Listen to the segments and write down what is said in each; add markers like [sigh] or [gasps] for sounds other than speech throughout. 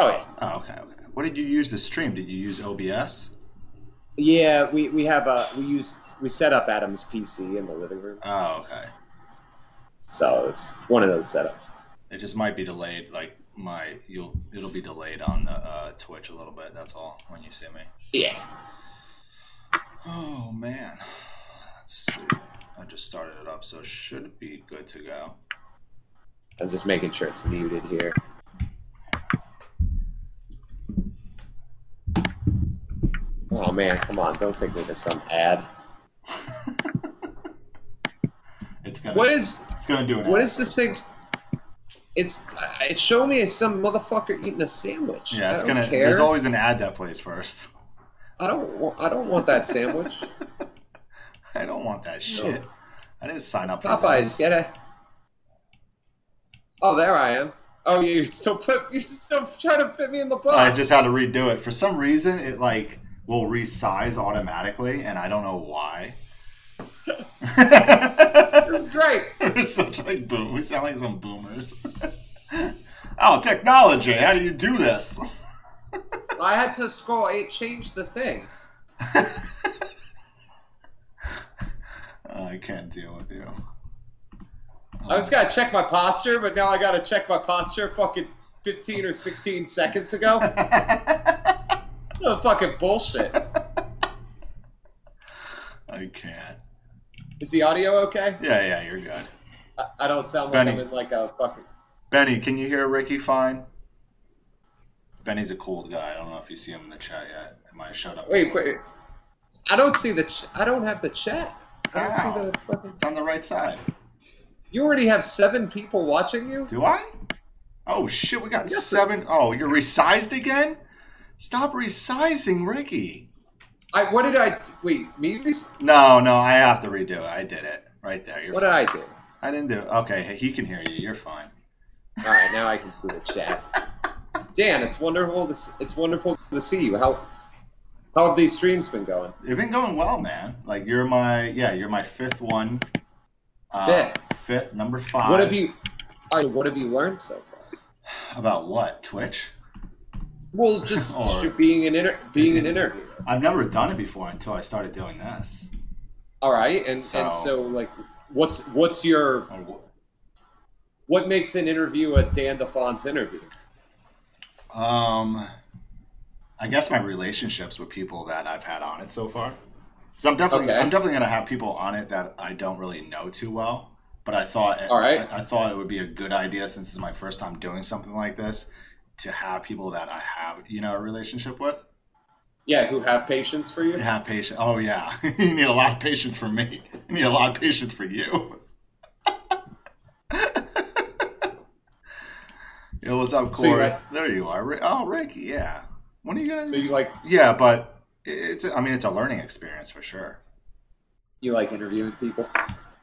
Oh yeah. Oh, okay, okay. What did you use to stream? Did you use OBS? Yeah, we, we have a we use we set up Adam's PC in the living room, Oh, okay. so it's one of those setups. It just might be delayed. Like my, you'll it'll be delayed on the uh, Twitch a little bit. That's all when you see me. Yeah. Oh man, let's see. I just started it up, so it should be good to go. [laughs] I'm just making sure it's muted here. Oh man, come on! Don't take me to some ad. It's gonna. What is It's gonna do an. what ad is this first. thing? It's it showed me some motherfucker eating a sandwich. Yeah, it's I don't gonna. care. There's always an ad that plays first. [laughs] I don't. wa- I don't want that sandwich. I don't want that shit. I didn't sign up for Popeyes, this. get it. Oh, there I am. Oh, you still put you still trying to fit me in the box. I just had to redo it. For some reason, it like will resize automatically, and I don't know why. [laughs] This is great. We're such like boom. We sound like some boomers. [laughs] oh, technology! How do you do this? I had to scroll. It changed the thing. I can't deal with you. I [laughs] was gonna check my posture, but now I gotta check my posture. Fucking fifteen or sixteen seconds ago. oh, fucking bullshit. I can't. Is the audio okay? Yeah, yeah, you're good. I, I don't sound like Benny. I'm in like a fucking. Benny, can you hear Ricky fine? Benny's a cold guy. I don't know if you see him in the chat yet. It might have showed up. Wait, wait. I don't see the. Ch- I don't have the chat. I don't Ow. see the fucking. It's on the right side. You already have seven people watching you. Do I? Oh shit, we got Yes, sir. seven oh, you're resized again? Stop resizing, Ricky. I what did I wait? Me? res- No, no, I have to redo it. I did it right there. You're What fine. did I do? I didn't do it. Okay, hey, he can hear you. You're fine. All right, now I can see the chat. [laughs] Dan, it's wonderful to s- it's wonderful to see you. How how have these streams been going? They've been going well, man. Like you're my yeah, you're my fifth one. Uh, Fifth. fifth, number five. What have you? All right, what have you learned so far? about what? Twitch? Well, just All right. being an inter- being an interviewer. I've never done it before until I started doing this. All right, and So- and so like, what's what's your Or wh- what makes an interview a Dan DeFon's interview? Um, I guess my relationships with people that I've had on it so far. So I'm definitely Okay. I'm definitely gonna have people on it that I don't really know too well. But I thought All right. I, I thought it would be a good idea since this is my first time doing something like this to have people that I have you know a relationship with. Yeah, who have patience for [laughs] you? Have patience. Oh yeah, [laughs] you need a lot of patience for me. You need a lot of patience for you. [laughs] Yo, what's up, So you Corey? got- there you are. Ri- Oh, Rick. Yeah. When are you gonna? So you like Yeah, but it's I mean it's a learning experience for sure. you like interviewing people?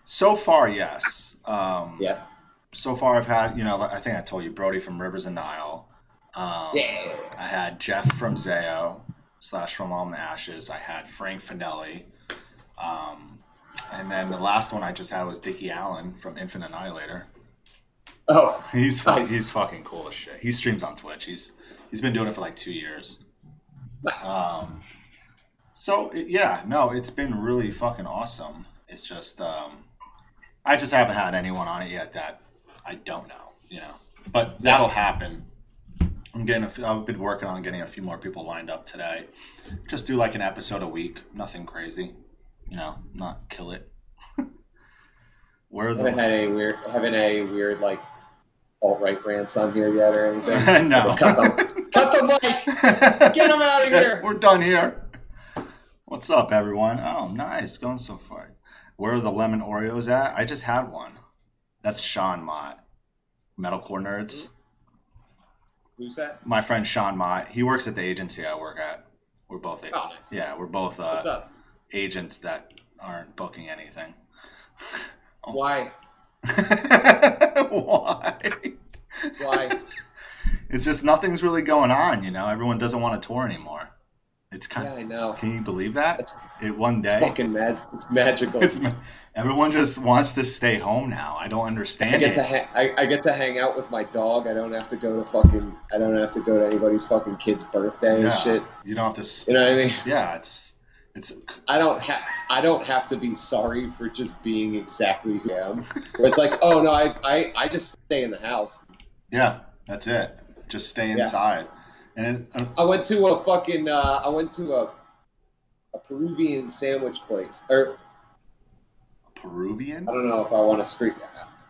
So far, yes. Um, Yeah. So far, I've had you know like- I think I told you Brody from Rivers and Nile. Um, Yeah. I had Jeff from Zayo slash from All the Ashes. I had Frank Finelli. Um, and then the last one I just had was Dickie Allen from Infant Annihilator. Oh, He's fu- Nice. he's fucking cool as shit. He streams on Twitch. He's he's been doing it for like two years. nice. Um, so it- yeah, no, it's been really fucking awesome. It's just um, I just haven't had anyone on it yet that I don't know, you know. But that'll happen. I'm getting. A few, I've been working on getting a few more people lined up today. Just do like an episode a week. Nothing crazy, you know. Not kill it. [laughs] Where are haven't the had any weird haven't any weird like alt right rants on here yet or [laughs] anything. no? Cut them! Cut the mic! [laughs] Get them out of here! We're done here. What's up, everyone? Oh, nice. Going so far. Where are the lemon Oreos at? I just had one. That's Sean Mott. Metalcore Nerds. Who's that? My friend Sean Mott. He works at the agency I work at. We're both Oh, nice. yeah, we're both What's uh, up? agents that aren't booking anything. [laughs] oh. Why? Why? Why? It's just nothing's really going on, you know. Everyone doesn't want to tour anymore. It's kind Yeah, I know. Can you believe that? That's- It one It's day. fucking magic. It's magical. It's, everyone just wants to stay home now. I don't understand I get it. to ha- I, I get to hang out with my dog. I don't have to go to fucking. I don't have to go to anybody's fucking kid's birthday Yeah. and shit. You don't have to. s You know what I mean? yeah, it's it's I don't have I don't have to be sorry for just being exactly who I am. Where it's like, oh no, I, I, I just stay in the house. yeah. That's it. Just stay Yeah. inside. And it, uh, I went to a fucking uh, I went to a a Peruvian sandwich place. Or Peruvian. I don't know if I want to scream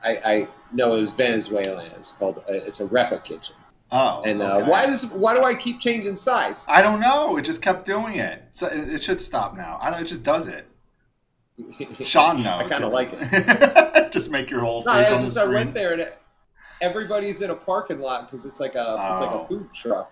I, I no, it was Venezuelan. It's called uh, it's a repa kitchen. Oh, And uh, okay. why does why do I keep changing size? [laughs] I don't know. It just kept doing it. So it, it should stop now. I don't. It just [laughs] does it. Sean knows. I kinda like it. [laughs] just make your whole No, face I on the just I screen. went there and everybody's in a parking lot because it's like a it's like Oh. a food truck,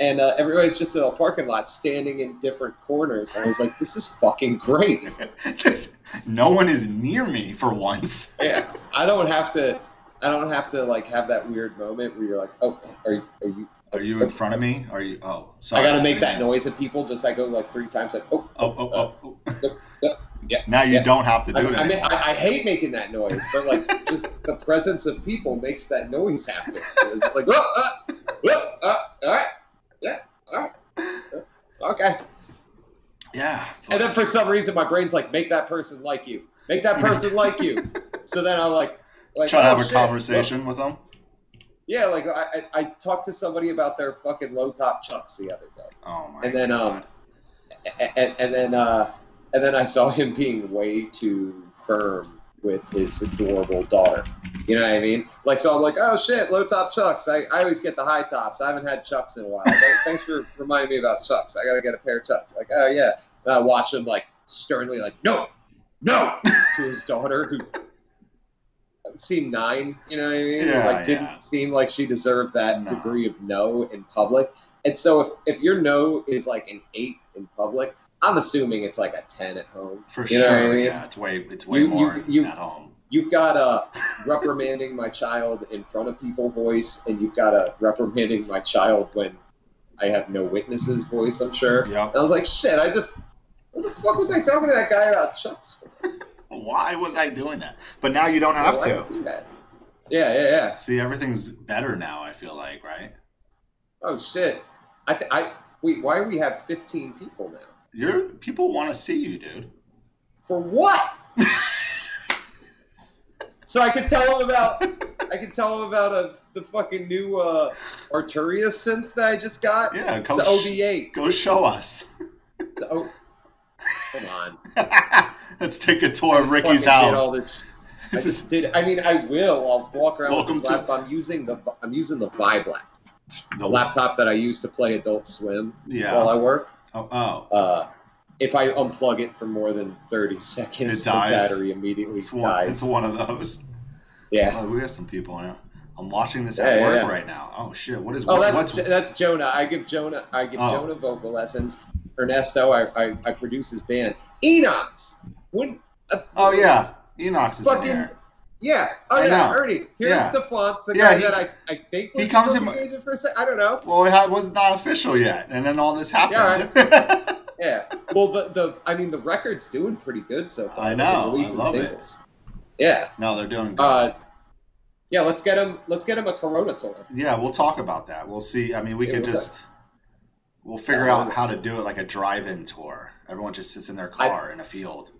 and uh, everybody's just in a parking lot standing in different corners. And I was like, this is fucking great. [laughs] Just- no one is near me for once. yeah, I don't have to. I don't have to like have that weird moment where you're like, oh, are you? Are you Are you in front of me? Are you? Oh, I sorry. gotta make that noise at people. Just I go like three times, like, oh, Oh, oh, oh. oh. Yeah, yeah. now you Yeah. don't have to do I, it I, mean, anymore. I, I hate making that noise, but like, just the presence of people makes that noise happen. It's like, oh, uh, oh, uh, all right, yeah, all right, uh, okay. yeah. And then for some reason, my brain's like, make that person like you. Make that person like you. So then I'm like, like Try to oh, have a shit. conversation with them. yeah, like I, I I talked to somebody about their fucking low top chucks the other day, Oh my and then um, god. Oh and, and then uh, and then I saw him being way too firm with his adorable daughter. You know what I mean? Like so, I'm like, oh shit, low top chucks. I, I always get the high tops. I haven't had chucks in a while. Th- [laughs] Thanks for reminding me about chucks. I gotta get a pair of chucks. Like, oh yeah. And I watched him like sternly, like, no, no, [laughs] to his daughter who seemed nine. You know what I mean? Yeah, like, didn't yeah. seem like she deserved that No. degree of no in public. And so, if if your no is like an eight in public, I'm assuming it's like a ten at home. for you know sure. what I mean? Yeah, it's way it's way You- you- more you- at home. You've got a reprimanding my child in front of people voice, and you've got a reprimanding my child when I have no witnesses voice, I'm sure. Yep. And I was like, shit, I just, what the fuck was I talking to that guy about chucks for? Why was I doing that? But now you don't have Why to. do that? Yeah, yeah, yeah. See, everything's better now. I feel like, right? Oh, shit. I, th- I, wait, why we have 15 people now? Your people want to see you, dude. For what? so I could tell him about I could tell him about uh the fucking new uh, Arturia synth that I just got. Yeah, It's go, an sh- OV8. go show us. [laughs] It's a O- Come on. Let's take a tour I of just Ricky's fucking did all house. [laughs] this- I This is [laughs] just did. I mean, I will. I'll walk around Welcome with this to- laptop. I'm using the I'm using the Vibe laptop, the the laptop that I use to play Adult Swim Yeah. while I work. oh, oh, Uh, if I unplug it for more than 30 seconds, It the dies. battery immediately it's one. dies. It's one of those. Yeah. Oh, we have some people in here. I'm watching this Yeah, at yeah, work yeah. right now. Oh shit! What is? Oh, what- that's what's, Jo- that's Jonah. I give Jonah I give Oh. Jonah vocal lessons. Ernesto, I, I, I produce his band. Enox, wouldn't uh, oh yeah, Enox is in Fucking- here. yeah. Oh I yeah, know. Ernie. Here's Yeah. Stefan's the Yeah, guy he- that I, I think he was comes in booking my- agent for a sec. I don't know. Well, it ha- was not official yet, and then all this happened. Yeah. Well, the the I mean the record's doing pretty good so far. I They've been know. I Releasing love it. singles. Yeah. [laughs] no, they're doing good. Uh, yeah. Let's get him. Let's get him a Corona tour. yeah, we'll talk about that. We'll see. I mean, we Yeah, could we'll just we'll figure Yeah, out we'll- how to do it like a drive-in tour. Everyone just sits in their I- car in a field.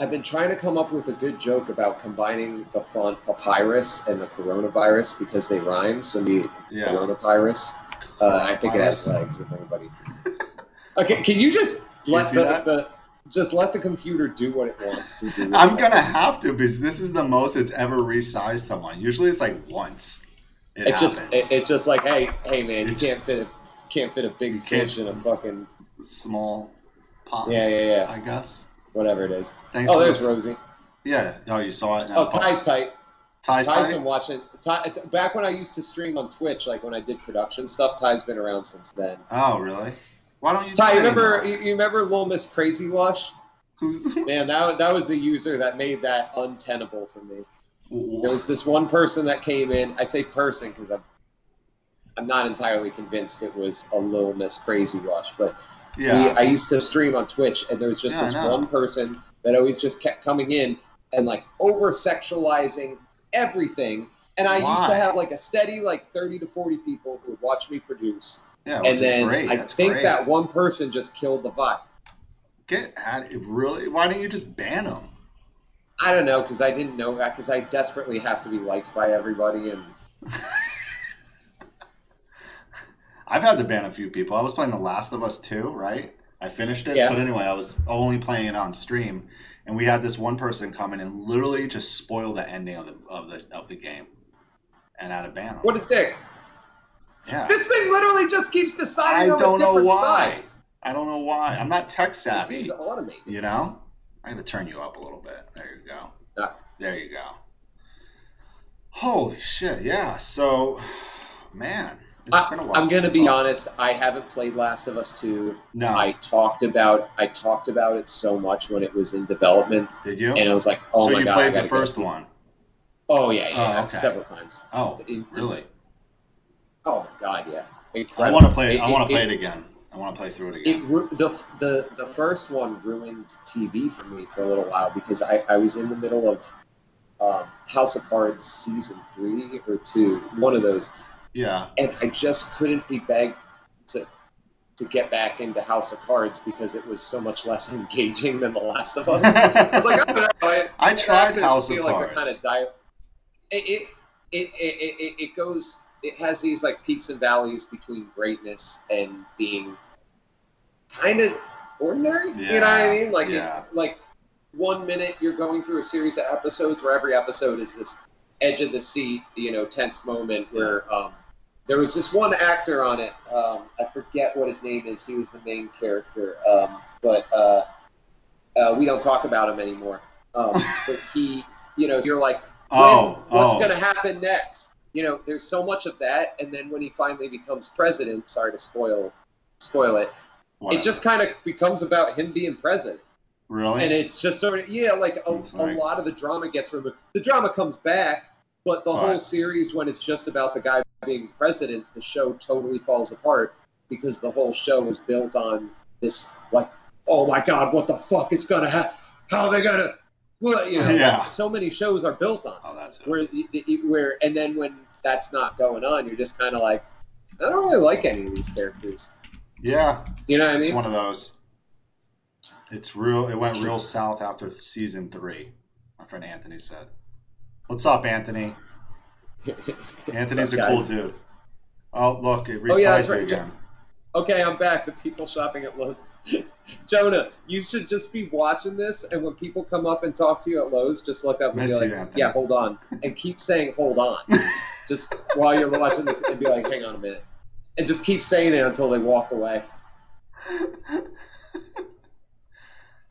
I've been trying to come up with a good joke about combining the font papyrus and the coronavirus because they rhyme. So me, Yeah. coronavirus. Uh, I think it has legs. If anybody. [laughs] Okay, can you just You let see the, that? the just let the computer do what it wants to do? I'm gonna have to because this is the most it's ever resized someone. Usually it's like once. It, It's just happens. it, it's just like hey hey man, you It's- can't fit a can't fit a big You can't- fish in a fucking small pop. yeah yeah yeah I guess. whatever it is. Thanks. Oh, for there's the- Rosie. yeah. Oh, you saw it. Oh, Ty's tight. Ty's Ty's tight? been watching. Ty, back when I used to stream on Twitch, like when I did production stuff, Ty's been around since then. Oh, really? Why don't you? Ty, you do it remember anymore? you, you remember Little Miss Crazy Lush? [laughs] [laughs] Who's? Man, that that was the user that made that untenable for me. There Was, was this one person that came in. I say person because I'm I'm not entirely convinced it was a Little Miss Crazy Lush, but We, Yeah. I used to stream on Twitch, and there was just Yeah, I this know. one person that always just kept coming in and like over sexualizing everything. And I used to Why? have like a steady like thirty to forty people who would watch me produce, Yeah. and Which then is great. I That's think great. that one person just killed the vibe. Get out. It really. Why don't you just ban them? I don't know because I didn't know that because I desperately have to be liked by everybody, and I've had to ban a few people. I was playing The Last of Us 2, right? I finished it, Yeah. but anyway, I was only playing it on stream, and we had this one person come in and literally just spoil the ending of the of the of the game, and had to ban them. what a dick! Yeah, This thing literally just keeps deciding I on don't a know different why. size. I don't know why. I'm not tech It savvy, seems automated. you know. I got to turn you up a little bit. There you go. Yeah. There you go. Holy shit! Yeah. So, man, it's I, been a while. I'm since gonna I be talked. honest. I haven't played Last of Us two. No, I talked about I talked about it so much when it was in development, did you? and I was like, oh so my you god, I played the gotta get- first one. Oh yeah, yeah, Oh, okay. several times. Oh, It- really? Oh my god, yeah. I Incredible. want to play. I It- want to it- play it again. I want to play through it it again. ru- the, the the first one ruined TV for me for a little while because I, I was in the middle of um, House of Cards season three or two, one of those, [laughs] yeah, and I just couldn't be begged to to get back into House of Cards because it was so much less [laughs] engaging than The Last of Us. I was like, I don't know. [laughs] I, [laughs] I tried I House of feel like Cards. the kind of dia- it, it, it, it, it, it goes. It has these like peaks and valleys between greatness and being kind of ordinary. [laughs] you know what I Yeah, mean? Like, it- yeah. like one minute you're going through a series of episodes where every episode is this edge of the seat, you know, tense moment where um, there was this one actor on it. Um, I forget what his name is. He was the main character, um, but uh, uh, we don't talk about him anymore. Um, but he, you know, you're like, oh, what's oh, going to happen next? You know, there's so much of that, and then when he finally becomes president, sorry to spoil, spoil it. whatever. It just kind of becomes about him being president, really. and it's just sort of yeah, like a, It's like- a lot of the drama gets removed. The drama comes back, but the whole Right. series, when it's just about the guy being president, the show totally falls apart because the whole show is built on this like, oh my god, what the fuck is gonna happen? How they gonna? What you know? Yeah. So many shows are built on oh, that's it. where it- it- where and then when that's not going on, you're just kind of like, I don't really like any of these characters. yeah, You know what I it's mean? one of those. It's real. It went real south after season three. My friend Anthony said, "What's [laughs] up, Anthony? Anthony's a up, cool guys? dude." Oh, look, it resized Oh, yeah, that's right. me again. Okay, I'm back. The people shopping at Lowe's. [laughs] Jonah, you should just be watching this, and when people come up and talk to you at Lowe's, just look up and Miss be you, like, Anthony. "Yeah, hold on," and keep saying "hold on," just while you're watching this, and be like, "Hang on a minute," and just keep saying it until they walk away. [laughs]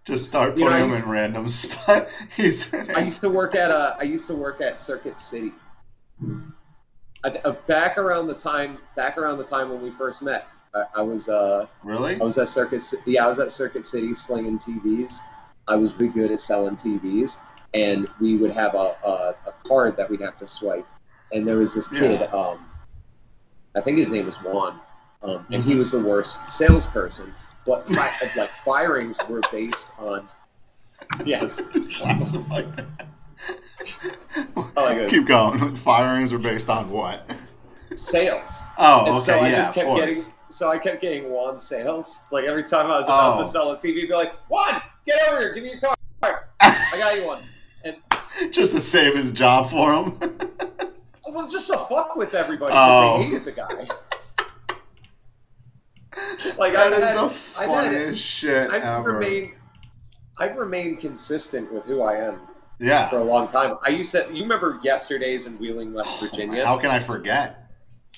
Just start You putting know, I him used- in random [laughs] spot. He's I used to work at uh, I used to work at Circuit City. I, th- uh, back around the time, back around the time when we first met, I, I was uh, [laughs] really. [laughs] I was at Circuit. Ci- Yeah, I was at Circuit City slinging TVs. I was really good at selling TVs, and we would have a, a, a card that we'd have to swipe. And there was this kid. Yeah. Um, I think his name was Juan, um, and Mm-hmm. he was the worst salesperson. But fi- [laughs] like firings were based on yes, it's plastic like that. my God. Keep going. [laughs] Firings were based on what? sales. Oh, And okay, so I yeah, just of kept course. getting, so I kept getting Juan sales. Like every time I was about Oh. to sell a TV, be like, Juan, get over here, give me your card. I got you one. And [laughs] just to save his job for him. well, just to fuck with everybody because Oh. they hated the [laughs] guy. like I've that is had, the I've had, funniest shit I've ever. remained, I've remained consistent with who I am for yeah. a long time. I used to, you remember yesterday's in Wheeling, West Virginia? How can I forget?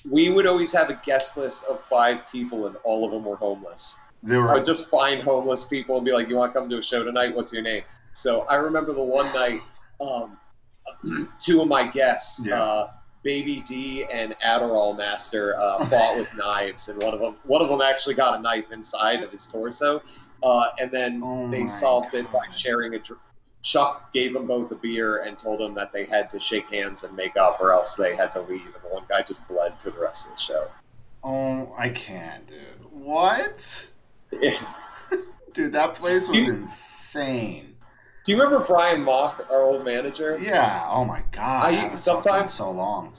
we would always have a guest list of five people, and all of them were homeless. There I were would just find homeless people and be like, "You want to come to a show tonight? What's your name?" So I remember the one night, um, [clears throat] two of my guests, Yeah. uh, Baby D and Adderall Master, uh, fought with [laughs] knives, and one of them one of them actually got a knife inside of his torso, uh, and then Oh my they solved it by God. sharing a. Dr- Chuck gave them both a beer and told them that they had to shake hands and make up, or else they had to leave. And the one guy just bled for the rest of the show. Oh, I can't, dude. What? Yeah. [laughs] Dude, that place was You- insane. Do you remember Brian Mock, our old manager? Yeah. Oh my god. I- haven't talked to him sometimes- so long.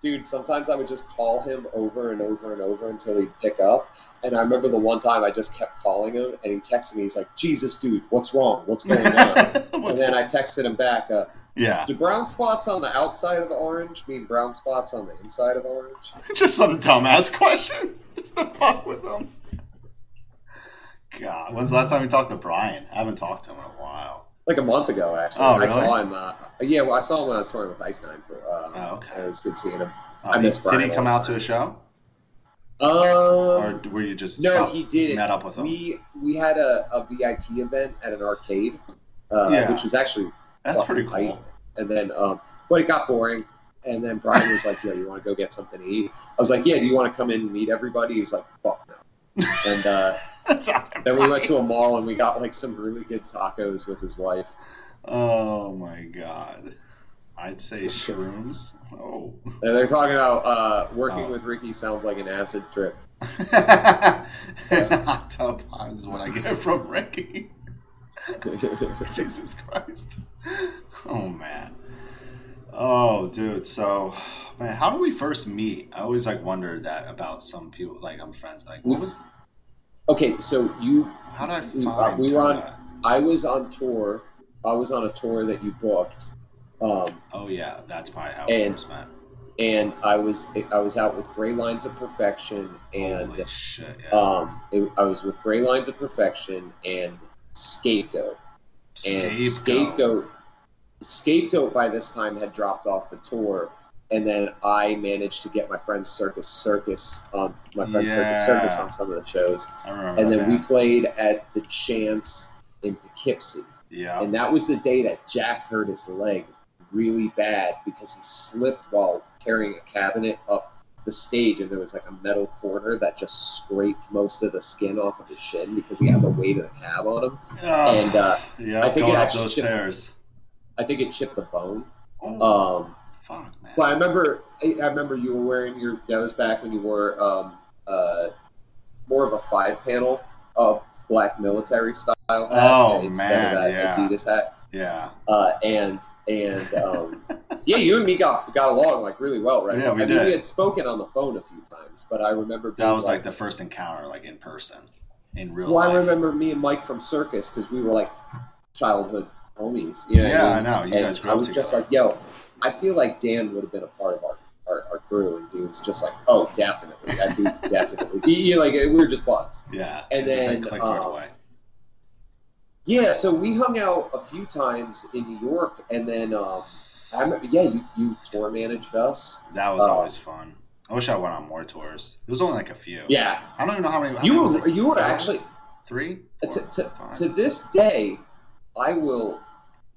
Dude, sometimes I would just call him over and over and over until he'd pick up. And I remember the one time I just kept calling him, and he texted me. He's like, "Jesus, dude, what's wrong? What's [laughs] going on?" and What's then the- I texted him back, uh, yeah. [laughs] "Do brown spots on the outside of the orange mean brown spots on the inside of the orange?" Just some dumbass question. [laughs] Just the fuck with them. God, when's the last time you talked to Brian? I haven't talked to him in a while. Like a month ago, actually. Oh, I really? saw him. Uh, yeah, well, I saw him when I was touring with Ice Nine. For, uh, Oh, okay. It was good seeing him. Oh, I he- miss Brian Did he all come the out time. to a show, or Um, were you just no, stopped- he didn't. met up with him? We we had a, a VIP event at an arcade, uh, Yeah. which was actually That's fucking pretty [laughs] cool. tight. And then, um, but it got boring. And then Brian was like, "Yo, you want to go get something to eat?" I was like, "Yeah, do you want to come in and meet everybody?" He was like, "Fuck no." And uh, That's not that then we bad. went to a mall and we got like some really good tacos with his wife. Oh my god. I'd say shrooms. Oh. [laughs] And they're talking about uh, working Oh. with Ricky sounds like an acid trip. [laughs] [laughs] Hot tub is what I get from [laughs] Ricky. Jesus Christ. Oh man. Oh dude, so man, how do we first meet? I always like wondered that about some people like I'm friends like what was okay, so you how did I We- uh, find we were on- kinda- I was on tour. I was on a tour that you booked, um, Oh yeah, that's probably how we And- first met. and I was I was out with Gray Lines of Perfection, and Holy shit, yeah. um, it, I was with Gray Lines of Perfection and Scapegoat, and Scapegoat Scapegoat by this time had dropped off the tour. And then I managed to get my friend Circus Circus on my friend Circus Circus Yeah. on some of the shows, I remember and that then we band. played at the Chance in Poughkeepsie. Yeah. And that was the day that Jack hurt his leg really bad because he slipped while carrying a cabinet up the stage, and there was like a metal corner that just scraped most of the skin off of his shin because he had the weight of the cab on him. Oh, And uh, yeah, I think going it up actually those should- stairs. I think it chipped the bone. Oh Um, fuck man. but I remember, I I remember you were wearing your. That was back when you wore um, uh, more of a five panel, uh, black military style hat Oh, instead man, of that yeah. Adidas hat. yeah. uh, and and [laughs] um, yeah, you and me got got along like really well, right? Yeah, we I did. mean, we had spoken on the phone a few times, but I remember being That was like the first encounter, like in person, in real well, life. I remember me and Mike from Circus because we were like childhood homies. You know what I yeah, mean? I know. You and guys grew I up was just together. like, yo, I feel like Dan would have been a part of our, our, our crew, and he was just like, oh, definitely, that [laughs] dude, definitely. He, he, like we were just buds. yeah, and it just then, like clicked right uh, away. Yeah, so we hung out a few times in New York, and then um, I remember, yeah, you, you tour managed us. That was uh, always fun. I wish I went on more tours. It was only like a few. Yeah, I don't even know how many. I think it You was, were like, you were four, actually three. to, four, to, five. to this day, I will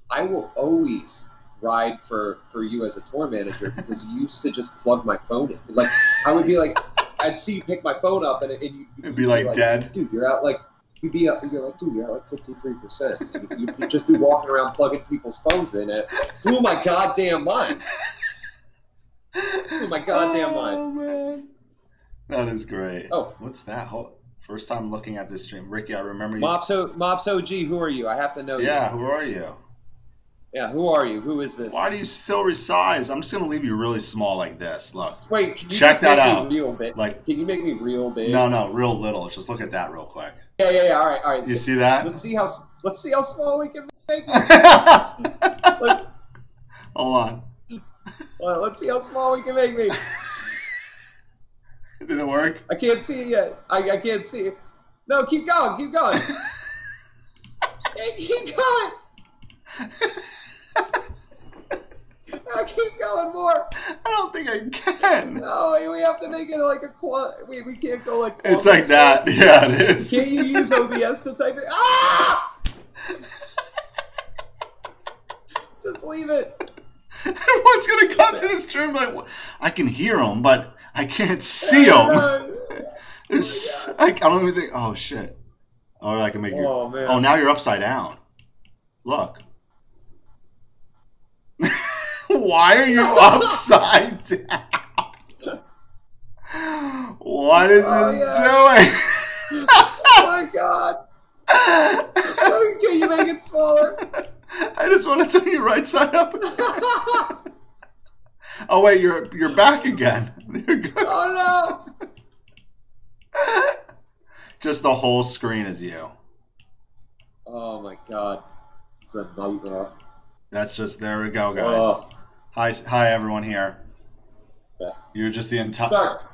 I will always ride for for you as a tour [laughs] manager because you used to just plug my phone in. Like I would be like, I'd see you pick my phone up and, it- and you, It'd be like, dead. [laughs] dude, you're out like. You'd be out, you're like, dude, you're out like 53%. You'd, you'd just be walking around plugging people's phones in it. Do my goddamn mind. oh my goddamn mind. [laughs] man. That is great. Oh. what's that? Hold, first time looking at this stream, Ricky. I remember you. Mops, o, Mops OG, who are you? I have to know yeah, you. who are you? Yeah, who are you? Who is this? Why do you still resize? I'm just gonna leave you really small like this. Look, Wait, can you Check just that make me out. real big? like Can you make me real big? no, no, real little. Just look at that real quick. Yeah, yeah, yeah. All right, all right. You So see [laughs] that? [laughs] let's see how let's see how small we can make. it. Hold on. Uh, let's see how small we can make me. Did it work? I can't see it yet. I, I can't see it. No, keep going. Keep [laughs] going. Hey, keep going. [laughs] No, keep going more. I don't think I can. No, we have to make it like a quad. We, we can't go like. It's quad- like that. [laughs] Yeah, it is. [laughs] Can't you use OBS to type it? Ah! Just leave it. Everyone's gonna come to this stream like "What?" I can hear them, but [laughs] I can't see Oh them. There's, I, I don't even think. Oh shit. Or I can make you. Oh man. Oh, now you're upside down. Look. [laughs] Why [laughs] are you upside down? What is Oh, this yeah. doing? [laughs] oh my god. get smaller. [laughs] I just want to turn you right side up. Oh wait, you're you're back again. [laughs] You're good. oh no! Just the whole screen is you. Oh my god, it's a nightmare. That's just there we go, guys. Oh, Hi, hi everyone here. Yeah. You're just the entire. Starks,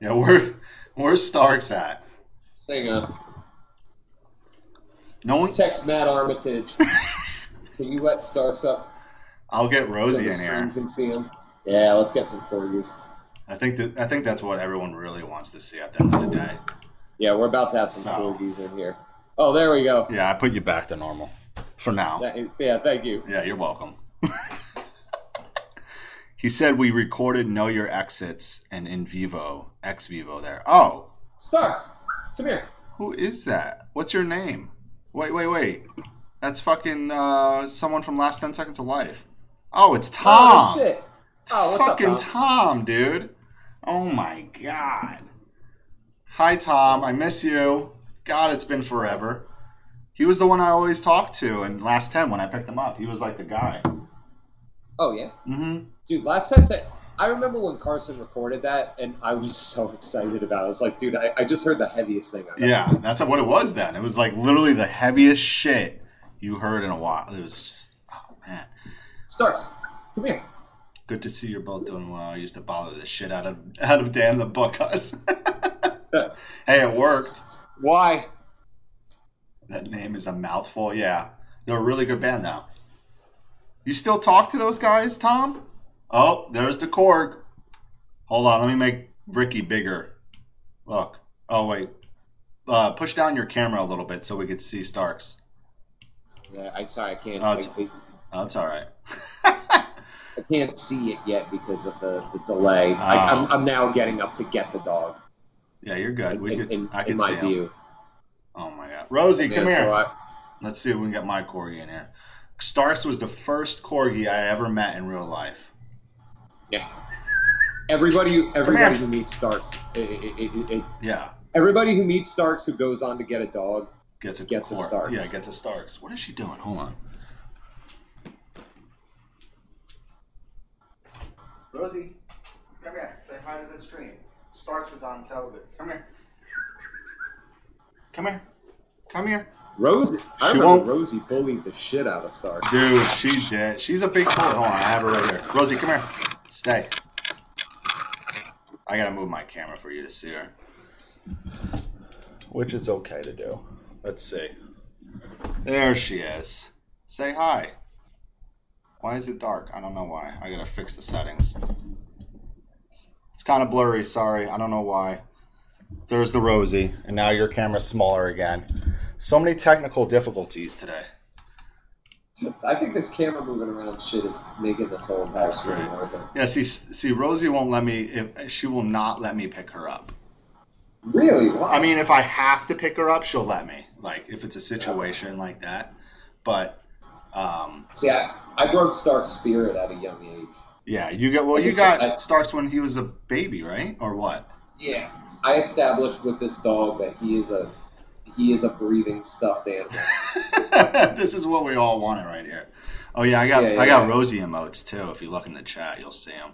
Yeah, we're we're Starks at. hang on. No one. Text Matt Armitage. Can you let Starks up I'll get Rosie so the in stream here. can see him? Yeah, let's get some corgis. I think that I think that's what everyone really wants to see at the end of the day. Yeah, we're about to have some So. corgis in here. Oh, there we go. Yeah, I put you back to normal for now. That- yeah, thank you. Yeah, you're welcome. [laughs] he said we recorded Know Your Exits and In Vivo, Ex Vivo there. Oh, Starks, come here. who is that? What's your name? Wait, wait, wait. That's fucking uh, someone from Last 10 Seconds of Life. Oh, it's Tom. Oh shit! Oh, what's up, fucking Tom? Tom, dude. Oh my god. Hi, Tom. I miss you. God, it's been forever. He was the one I always talked to in Last 10 when I picked him up. He was like the guy. Oh yeah, hmm. dude. Last time, I- I remember when Carson recorded that, and I was [laughs] so excited about. it. I was like, dude, I, I just heard the heaviest thing. I've ever Yeah, that's what it was then. It was like literally the heaviest shit you heard in a while. It was just, oh man. Starks, come here. Good to see you're both doing well. I used to bother the shit out of [laughs] out of Dan the Buckeyes. [laughs] hey, it worked. Why? That name is a mouthful. Yeah, they're a really good band now. You still talk to those guys, Tom? Oh, there's the Korg. Hold on, let me make Ricky bigger. Look. Oh wait. Uh, push down your camera a little bit so we could see Starks. Yeah, I sorry, I can't. Oh, it's- I, Oh, that's all right. [laughs] I can't see it yet because of the, the delay. I, Oh. I'm, I'm now getting up to get the dog. yeah, you're good. We in, could, in, I in can see my him. view. Oh my god, Rosie, come Yeah, so here. I- Let's see if we can get my corgi in here. Starks was the first corgi I ever met in real life. everybody, who- everybody who here. meets Starks, it, it, it, it, Yeah, everybody who meets Starks who goes on to get a dog. gets a Gets a cor- Starks. Yeah, gets a Starks. What is she doing? Hold on. Rosie, come here. Say hi to the stream. Starks is on television. Come here. Come here. Come here. Rosie, I She remember won't- Rosie bullied the shit out of Starks. Dude, she did. She's a big boy. Hold on, I have her right here. Rosie, come here. Stay. I gotta move my camera for you to see her. Which is okay to do. Let's see. There she is. Say hi. Why is it dark? I don't know why. I gotta fix the settings. It's kind of blurry, sorry. I don't know why. There's the Rosie, and now your camera's smaller again. So many technical difficulties today. I think this camera moving around shit is making this whole entire That's stream great. worth it. Yeah, see, see, Rosie won't let me. If, she will not let me pick her up. Really? Why? I mean, if I have to pick her up, she'll let me. Like if it's a situation like that. But um, see, I, I broke Stark's spirit at a young age. yeah, you got well. You I- got starts when he was a baby, right? Or what? [laughs] Yeah, I established with this dog that he is a he is a breathing stuffed animal. this is what we all wanted right here. Oh yeah, I got Yeah, I got yeah. Rosie emotes too. If you look in the chat, you'll see them.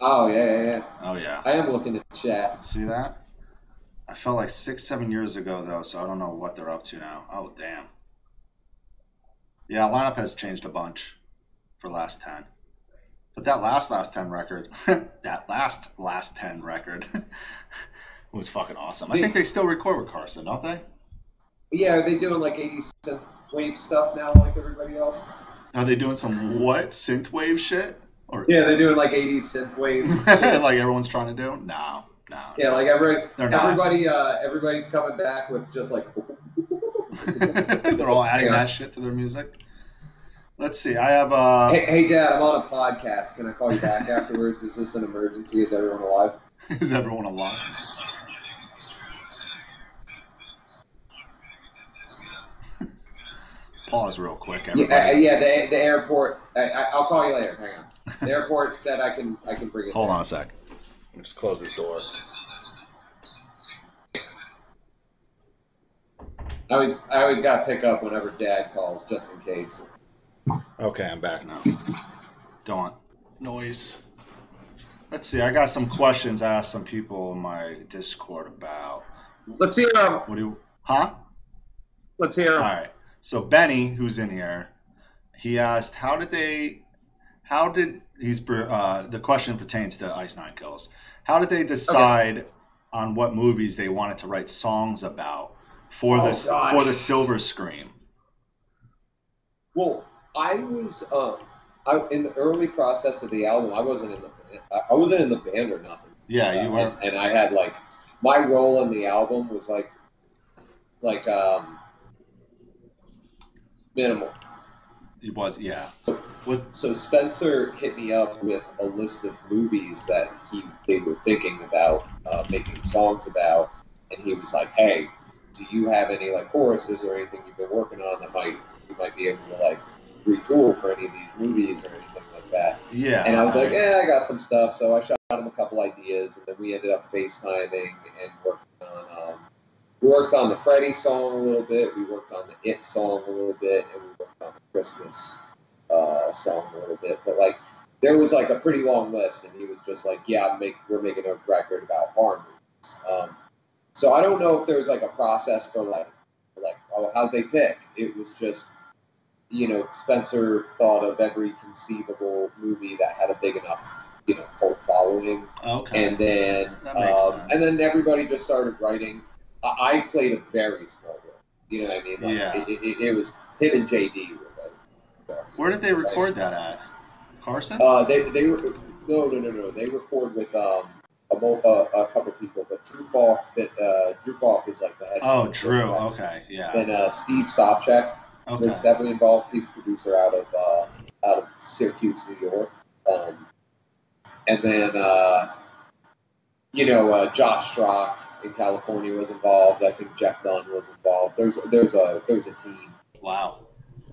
oh yeah, yeah, yeah. Oh yeah, I am looking at chat. see that? I felt like six, seven years ago though, so I don't know what they're up to now. Oh damn. Yeah, lineup has changed a bunch for last ten. But that last last ten record, [laughs] that last last ten record, [laughs] was fucking awesome. I think they still record with Carson, don't they? Yeah, are they doing like eighty cent wave stuff now, like everybody else? Are they [laughs] doing some what synthwave shit? Or Yeah, they're doing like eighty synth wave. [laughs] shit. [laughs] like everyone's trying to do? No, no. yeah, like every They're not. everybody uh, everybody's coming back with just like [laughs] They're all adding Yeah. that shit to their music. Let's see. I have uh Hey, hey Dad, I'm on a podcast. Can I call you back [laughs] afterwards? Is this an emergency? Is everyone alive? [laughs] is everyone alive? [laughs] Pause real quick, everybody. Yeah, uh, yeah. The, the airport. I, I, I'll call you later. Hang on. The airport [laughs] said I can I can bring it. Hold on a sec. Let me just close this door. I I always I always got to pick up whenever Dad calls, just in case. Okay, I'm back now. [laughs] Don't want noise. Let's see. I got some questions. I asked some people in my Discord about Let's hear him. what do you, huh? Let's hear All him. right. So Benny, who's in here, he asked, "How did they? How did he's? per- Uh, the question pertains to Ice Nine Kills. How did they decide on what movies they wanted to write songs about for Oh, this gosh. for the Silver Scream? Well, I was um, I, in the early process of the album. I wasn't in the I- I wasn't in the band or nothing. Yeah, you Uh, were. and, and I had like my role on the album was like like um minimal. It was. Yeah. Was So Spencer hit me up with a list of movies that he they were thinking about uh, making songs about, and he was like, "Hey, do you have any like choruses or anything you've been working on that might you might be able to like retool for any of these movies or anything like that?" yeah. And I was like, eh. right. "Yeah, I got some stuff." So I shot him a couple ideas, and then we ended up FaceTiming and working on. Um, we worked on the Freddy song a little bit. We worked on the It song a little bit, and we worked on the Christmas uh, song a little bit. But like, there was like a pretty long list, and he was just like, "Yeah, I'm make we're making a record about horror movies." Um, so I don't know if there was like a process for like, for, like, oh, how'd they pick? It was just, you know, Spencer thought of every conceivable movie that had a big enough, you know, cult following okay. and then That makes um, sense. and then everybody just started writing. I, I played a very small role. You know what I mean? Like, Yeah. It, it, it was him and JD were like. Where did they record that at? Carson? Uh, they they were no no no no. They record with um a, mo- uh, a couple people, but Drew Falk fit. Uh, Drew Falk is like the head. oh, Drew. Okay. Yeah. Then uh, Steve Sobchak Okay. was definitely involved. He's a producer out of uh, out of Syracuse, New York. Um, and then uh, you know uh, Josh Strock in California was involved. I think Jeff Dunn was involved. There's there's a there's a team. Wow.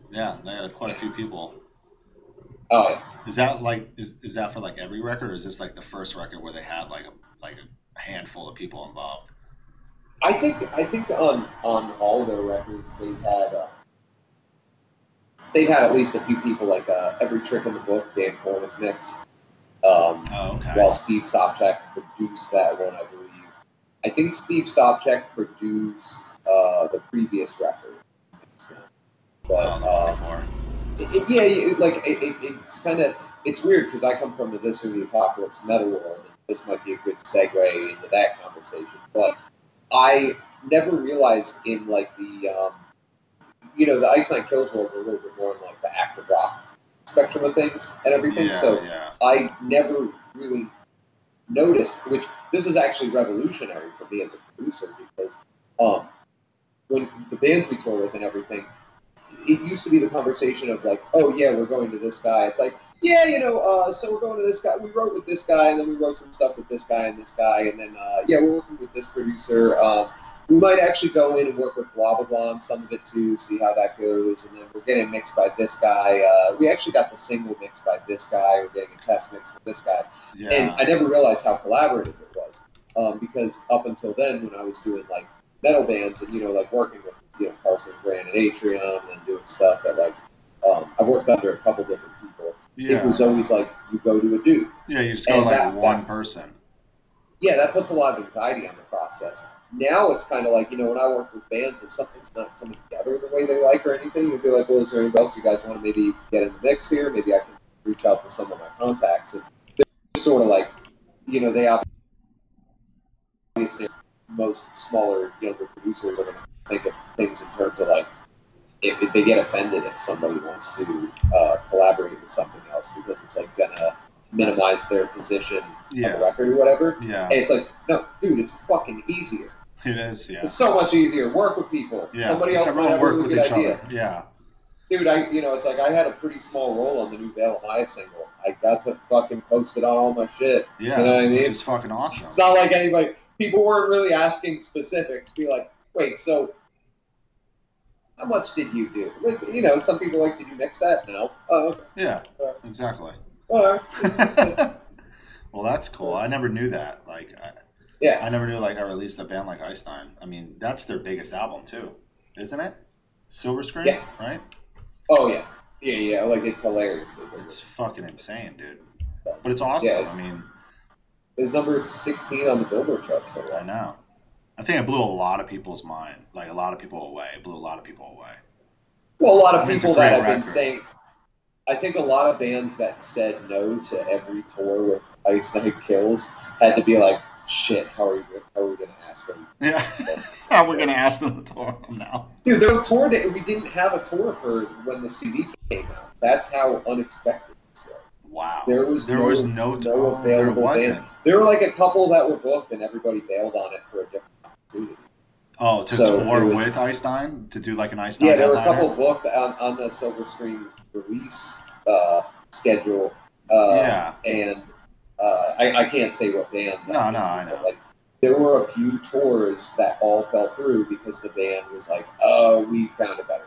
Yeah, they had quite a few people. Oh, yeah. Is that like is, is that for like every record, or is this like the first record where they had like a like a handful of people involved? I think I think on on all their records they had. Uh, They've had at least a few people like uh, every trick in the book. Dan Corniff mixed. Um, Oh, okay. while Steve Sobchak produced that one, I believe. I think Steve Sobchak produced uh, the previous record. But Oh, the one uh, before. it, it- yeah, it, like it, it, it's kind of it's weird because I come from the This Is the Apocalypse metal world, and this might be a good segue into that conversation. But I never realized in like the um, you know the Ice Nine Kills world is a little bit more in like the active rock spectrum of things and everything. yeah, so yeah. I never really noticed, which this is actually revolutionary for me as a producer because um, when the bands we tour with and everything, it used to be the conversation of like, oh yeah, we're going to this guy. It's like, yeah, you know, uh, so we're going to this guy. We wrote with this guy, and then we wrote some stuff with this guy and this guy, and then uh, yeah, we're working with this producer. Um, we might actually go in and work with blah blah blah on some of it too, see how that goes, and then we're getting mixed by this guy. Uh, we actually got the single mixed by this guy. We're getting a test mix with this guy Yeah. and I never realized how collaborative it was um, because up until then, when I was doing like metal bands and you know like working with you know Carson Grant and Atrium and doing stuff that like um, I've worked under a couple different people, yeah. it was always like you go to a dude. yeah, you just go and like that- one person. Yeah, that puts a lot of anxiety on the process. Now it's kind of like you know when I work with bands, if something's not coming together the way they like or anything, you'd be like, well, is there anybody else you guys want to maybe get in the mix here? Maybe I can reach out to some of my contacts and they're sort of like, you know, they obviously. obviously most smaller younger producers are going to think of things in terms of like if, if they get offended if somebody wants to uh, collaborate with something else because it's like gonna minimize their position on Yeah. the record or whatever. Yeah. And it's like, no, dude, it's fucking easier. It is. Yeah. It's so much easier. Work with people. Yeah. Somebody Just else might everyone have a work really with good each idea. other. Yeah. Dude, I you know, it's like I had a pretty small role on the new Veil High single. I got to fucking post it on all my shit. Yeah. You know what I Which mean? is fucking awesome. It's not like anybody. People weren't really asking specifics. Be like, wait, so how much did you do? Like, you know, some people are like, did you mix that? No. Oh, okay. yeah. Right. Exactly. All right. [laughs] well, that's cool. I never knew that. Like, I, Yeah. I never knew like I released a band like Einstein. I mean, that's their biggest album too. isn't it? Silver Screen, Yeah. right? Oh yeah, yeah, yeah. Like it's hilarious. It's fucking insane, dude. But it's awesome. Yeah, it's- I mean, It was number sixteen on the Billboard charts for a I while. know. I think it blew a lot of people's mind, like a lot of people away. It blew a lot of people away. Well, a lot of It's a people that great have been record. saying. I think a lot of bands that said no to every tour with Ice Night Kills had to be like, "Shit, how are you? How are we gonna ask them?" [laughs] Yeah, [laughs] Yeah, we're gonna ask them to tour them now. Dude, their tour date. We didn't have a tour for when the CD came out. That's how unexpected. This was. Wow, There was there no, was no, no oh, there available wasn't. band. There were like a couple that were booked, and everybody bailed on it for a different opportunity. Oh, to So tour it was- with Einstein to do like an Einstein. Yeah, there were a headliner? couple booked on, on the silver screen release uh, schedule, uh, yeah, and uh, I, I can't say what bands. No, no, obviously, I know. but, Like, there were a few tours that all fell through because the band was like, "Oh, we found a better."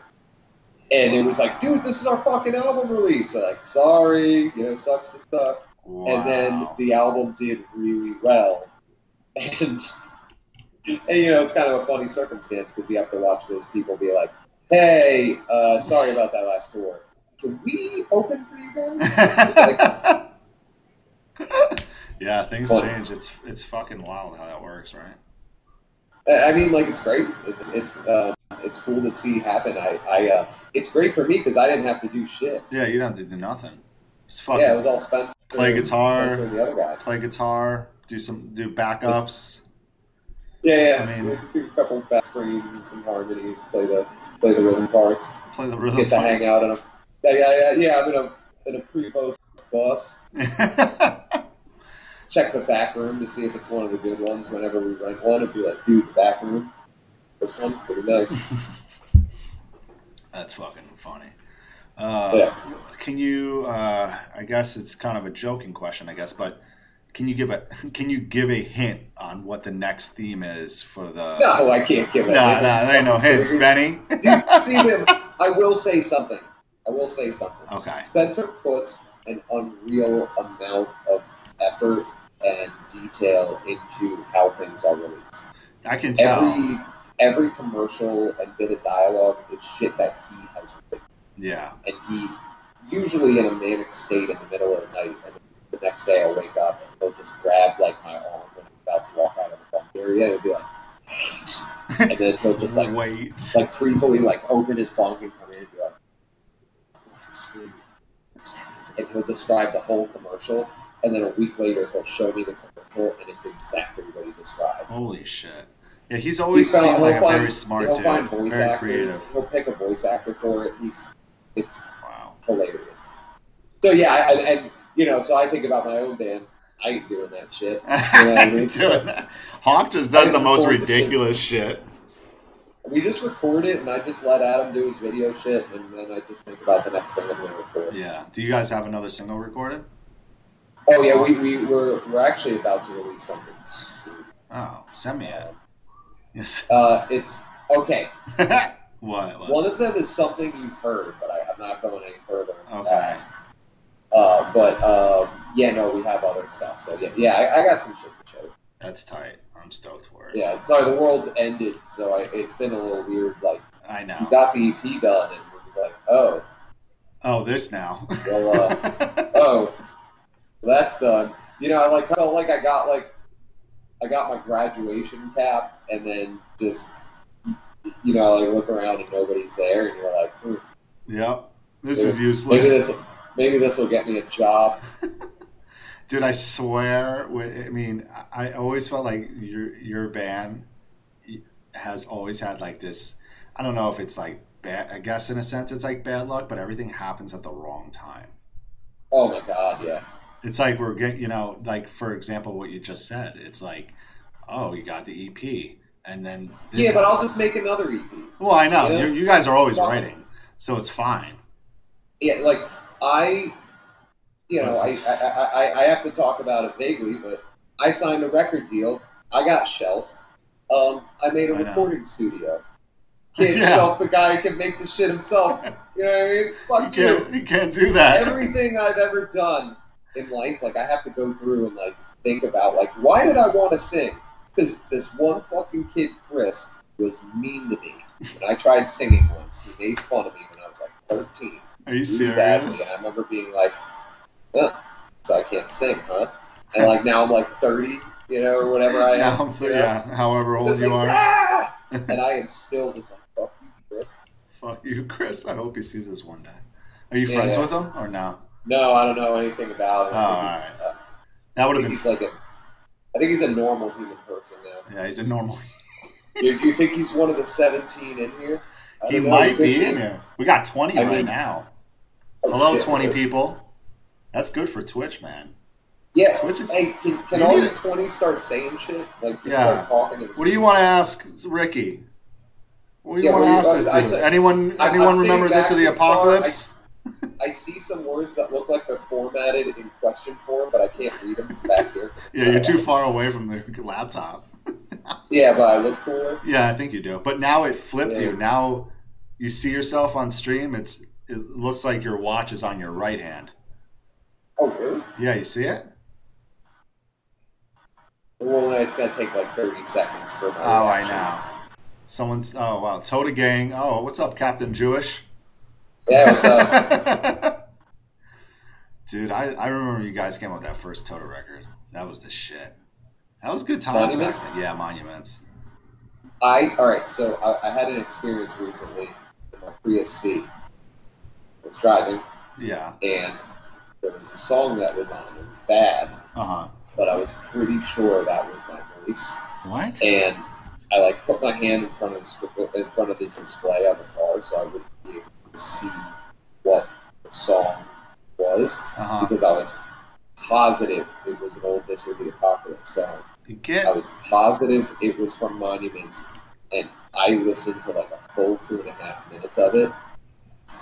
And it was like, dude, this is our fucking album release. Like, sorry, you know, sucks to suck. wow. and then the album did really well. [laughs] And, and you know, it's kind of a funny circumstance because you have to watch those people be like, "Hey, uh, sorry about that last tour. Can we open for you guys?" [laughs] yeah, things Fun. change. It's it's fucking wild how that works, right? I I mean, like, it's great. It's it's uh, it's cool to see happen. I I uh, it's great for me because I didn't have to do shit. Yeah, you don't have to do nothing. Just fucking Yeah, it was all Spencer. Play guitar. Spencer and the other guys. play guitar, do some do backups. Yeah, yeah. I I mean- mean, do a couple of bass screams and some harmonies. Play the play the rhythm parts. play the rhythm. get to part. hang out in a yeah yeah yeah, yeah I'm in a in a pre post bus. Check the back room to see if it's one of the good ones. Whenever we rent one, it'd be like, dude, the back room. This one pretty [laughs] nice. [laughs] That's fucking funny. Uh, Can you? Uh, I guess it's kind of a joking question, I guess, but can you give a [laughs] can you give a hint on what the next theme is for the? No, I can't give it. no, no, there ain't no hints, Benny. You see them? I will say something. I will say something. Okay. Spencer puts an unreal amount of effort and detail into how things are released. I can tell. Every every commercial and bit of dialogue is shit that he has written. yeah. and he usually in a manic state in the middle of the night and the next day I'll wake up and he'll just grab like my arm when I'm about to walk out of the bunk area and he'll be like "Wait." and then he'll just like wait. like creepily like open his bunk and come in and be like "Black screen, what's happened?" and he'll describe the whole commercial and then a week later he'll show me the commercial and it's exactly what he described. Holy shit. Yeah, he's always He's seemed found- like a he'll find- very smart he'll dude, find voice very actors, creative. he'll pick a voice actor for it. He's it's Wow. hilarious. So yeah, I, and, and you know, so I think about my own band. I ain't doing that shit. [laughs] You know what I mean? Dude, Hawk just does the most ridiculous shit. We just record it, and I just let Adam do his video shit, and then I just think about the next thing I'm gonna record. Yeah. Do you guys have another single recorded? Oh yeah, we we we're, we're actually about to release something. soon. Oh, send me it. Yes. [laughs] Uh, it's okay. what? what? One of them is something you've heard, but I, I'm not going any further. than Okay. that. Uh, but um, yeah, no, we have other stuff. So yeah, yeah, I, I got some shit to show. you. That's tight. I'm stoked for it. Yeah, sorry, the world ended, so I, it's been a little weird, like. I you know. got the EP done, and it was like, oh, Oh, this now. [laughs] well, uh, oh, well, that's done. You know, I like felt like I got like I got my graduation cap, and then just you know, like look around and nobody's there, and you're like, hmm, yep. This is maybe useless. this maybe this will get me a job. Dude, I swear. wi- I mean, I I always felt like your your band has always had like this. I don't know if it's like bad. I guess in a sense, it's like bad luck, but everything happens at the wrong time. Oh my god, yeah, It's like we're getting, you know, like for example, what you just said. It's like, oh, you got the EP, and then this yeah, but I'll happens. just make another E EP. Well, I know Yeah. you you guys are always Well- writing, so it's fine. Yeah, like I, you know, I, That's- I, I, I have to talk about it vaguely, but I signed a record deal. I got shelved. Um, I made a I know. recording studio. Can't [laughs] Yeah. shelf the guy who can make the shit himself. [laughs] You know what I mean? You Fuck you. can't you can't do that. Everything I've ever done in life, like I have to go through and like think about, like, why did I want to sing? Because this one fucking kid, Chris, was mean to me when I tried singing once. He made fun of me when I was like 13. Are you really badly. serious? And I remember being like, oh, so I can't sing, huh? And like now I'm like 30, you know, or whatever I am. Now I'm you th- know? yeah, however old Just you like, are. "Ah!" and I am still just like, fuck you, Chris. Fuck you, Chris. I hope he sees this one day. Are you Yeah, friends yeah. with him or no? No, I don't know anything about him. Oh, I think he's, uh, That would I have think been. he's like a, I think he's a normal human person now. Yeah, he's a normal. Do, do you think he's one of the 17 in here? I He don't know. might Could be in here. We got 20 I right mean- now. Oh, Hello, shit. 20 people. That's good for Twitch, man. Yeah. Twitch is. Hey, can, can You all need the 20 start saying shit? Like, just Yeah. start talking to What do you want to ask Ricky? What do you Yeah, want to what ask do you- this I- I dude? said- anyone? I'm- anyone I'm remember sitting this of the back in the car, [laughs] apocalypse? I see some words that look like they're formatted in question form, but I can't read them back here. yeah, you're too far away from the [laughs] laptop. Yeah, but I look cooler. Yeah, I think you do. But now it flipped Yeah. you. Now you see yourself on stream. It's it looks like your watch is on your right hand. Oh, really? Yeah, you see it? Well, it's gonna take like 30 seconds for my. Oh, I reaction. know. Someone's oh wow, Toda Gang. Oh, what's up, Captain Jewish? Yeah, what's up? [laughs] Dude, I, I remember you guys came out with that first Toto record. That was the shit. That was good times. back Monuments? then. Yeah, monuments. I all right. So I, I had an experience recently in my Prius C. I was driving, Yeah. and there was a song that was on. It was bad, Uh but I was pretty sure that was my voice. huh. What? and I like put my hand in front of the sc- in front of the display on the car so I wouldn't be able to see what the song was Uh huh. because I was positive it was an old This Will Be Apocalypse song. You I get was positive it was from Monuments, and I listened to like a full two and a half minutes of it,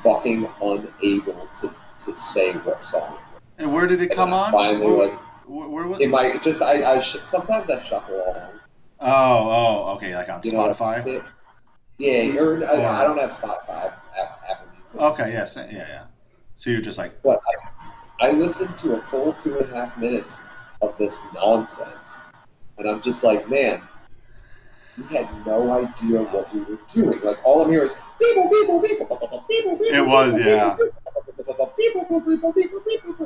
fucking unable to, to say what song. it and was. where did it And come then I on? Finally, where, like where, where was it might just I, I sh- sometimes I shuffle along. Oh, oh, okay, like on You know what Spotify. Yeah, yeah or, I- Yeah. I don't have Spotify. I have Apple Music. Okay, yeah, sa- yeah, yeah. So you're just like, But I, I listened to a full two and a half minutes of this nonsense, and I'm just like, man, you had no idea what we were doing. Like all I'm hearing is people, people, people, people, people. It was, yeah.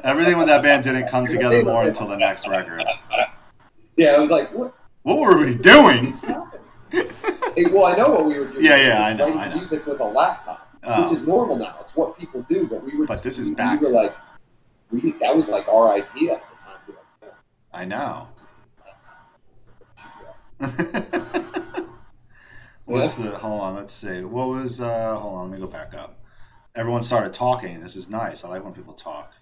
everything with that band didn't come together more until the next record. Yeah, I was like, what What were we doing? is happening? Hey, well, I know what we were doing. [laughs] Yeah, yeah, Just I know, writing I know. Music with a laptop. which Oh, is normal now. It's what people do. But we were, but this is we back. were like, we that was like our idea at the time. We were like, "Oh, I know. [laughs] "Yeah." What's the? Hold on, let's see. What was? uh Hold on, let me go back up. Everyone started talking. This is nice. I like when people talk.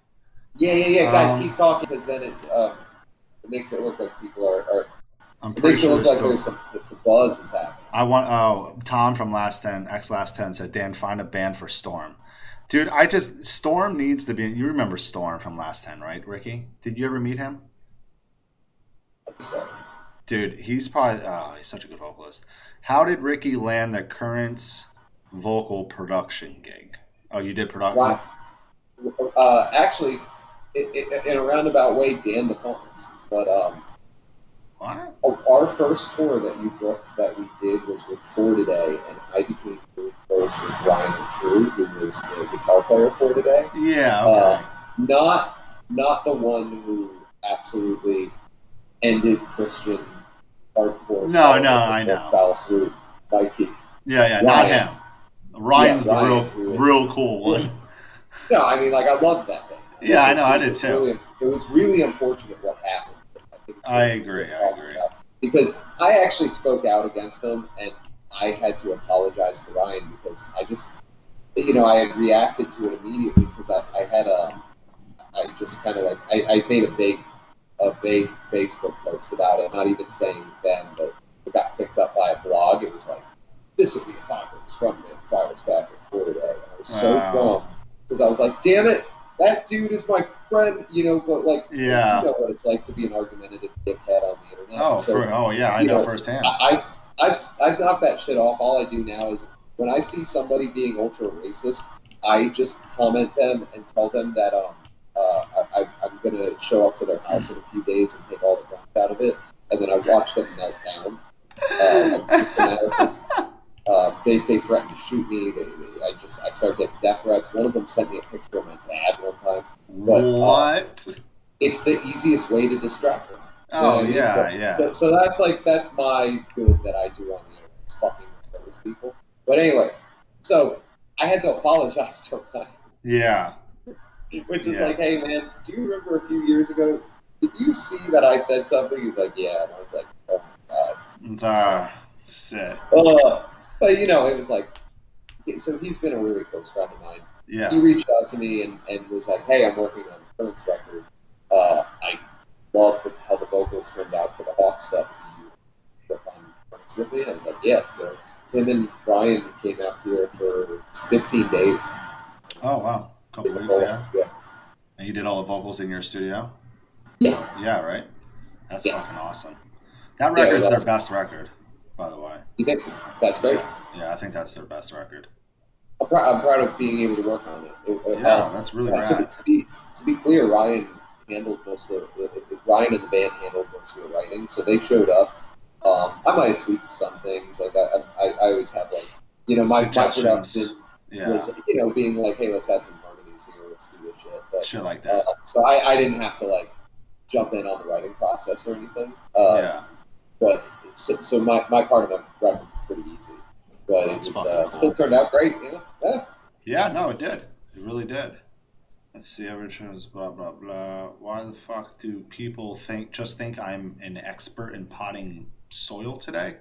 yeah, yeah, yeah. Guys, Um, keep talking because then it um, it makes it look like people are. are I'm it pretty makes it sure. look like still- there's some the, the buzz is happening. I want. Oh, Tom from Last Ten, X Last Ten said, Dan, find a band for Storm. Dude, I just Storm needs to be. You remember Storm from Last Ten, right, Ricky? Did you ever meet him? So Dude, he's probably oh, he's such a good vocalist. How did Ricky land the Currents vocal production gig? Oh, you did production. why? Uh, actually, it, it, in a roundabout way, Dan DeFonts. But um, What? Oh, our first tour that you booked that we did was with Four Today, and I became really close with Ryan True, who was the guitar player for Today. Uh, Yeah. Okay. Not not the one who absolutely ended Christian hardcore. metal No, no, with I the know. Foul swoop, Mikey. yeah, yeah. Not Ryan. him. Ryan's Yeah, the Ryan, who real, is- real cool one. [laughs] No, I mean like I loved that thing. Yeah, I know, I It did was too. really- it was really unfortunate what happened. I, think it's I really agree. I talking agree. about. Because I actually spoke out against him, and I had to apologize to Ryan because I just, you know, I had reacted to it immediately because I, I had a, I just kind of like, I, I made a vague, a vague Facebook post about it, not even saying then, but it got picked up by a blog. It was like, this would be apocalypse from the Fires back at Florida. And I was so Wow. bummed because I was like, damn it, that dude is my friend, you know, but like, Yeah. you know what it's like to be an argumentative dickhead on the internet. Oh, so for, oh yeah, I you know know, uh, [laughs] firsthand. I, I, I've, I've knocked that shit off. All I do now is when I see somebody being ultra racist, I just comment them and tell them that um, uh, I, I, I'm going to show up to their house in a few days and take all the guns out of it. And then I watch them melt down. Uh, like, systematically. they, they threatened to shoot me. They, they, I just I started getting death threats. One of them sent me a picture of my dad one time. But, uh, what? It's the easiest way to distract them. You know oh what I mean? yeah, But- yeah. So, so that's like that's my good that I do on the internet. It's fucking with those people. But anyway, so I had to apologize [laughs] to Ryan. Yeah. Which is Yeah. like, hey man, do you remember a few years ago? Did you see that I said something? He's like, yeah. And I was like, oh my god. It's, uh, sit. Uh, but you know, it was like, so he's been a really close friend of mine. He Yeah. reached out to me and, and was like, hey, I'm working on a Prince record. Uh, I love the, how the vocals turned out for the Hawk stuff. Do you work on Prince with me? And I was like, yeah. So Tim and Brian came out here for 15 days. Oh wow. Couple weeks, yeah. And you did all the vocals in your studio? Yeah. Yeah, right? That's Yeah. fucking awesome. That Yeah, record's that their was- best record, by the way. You think that's- that's great? Yeah, I think that's their best record. I'm, prou- I'm proud of being able to work on it. It- it- Yeah, uh, that's really uh, to, rad. to be, to be clear, Ryan handled most of the, it- it- Ryan and the band handled most of the writing, so they showed up. Um, I might have tweaked some things. Like I, I, I always have like you know my, my Suggestions. production Yeah, was you know being like hey let's add some harmonies here let's do this shit. But, shit like uh, that. so I, I didn't have to like jump in on the writing process or anything. Uh, yeah, But so, so my, my part of the record was pretty easy, but That's it was fucking uh, cool. still turned out great. You know? Yeah. yeah. No, it did. It really did. Let's see. Average shows. Blah blah blah. Why the fuck do people think just think I'm an expert in potting soil today?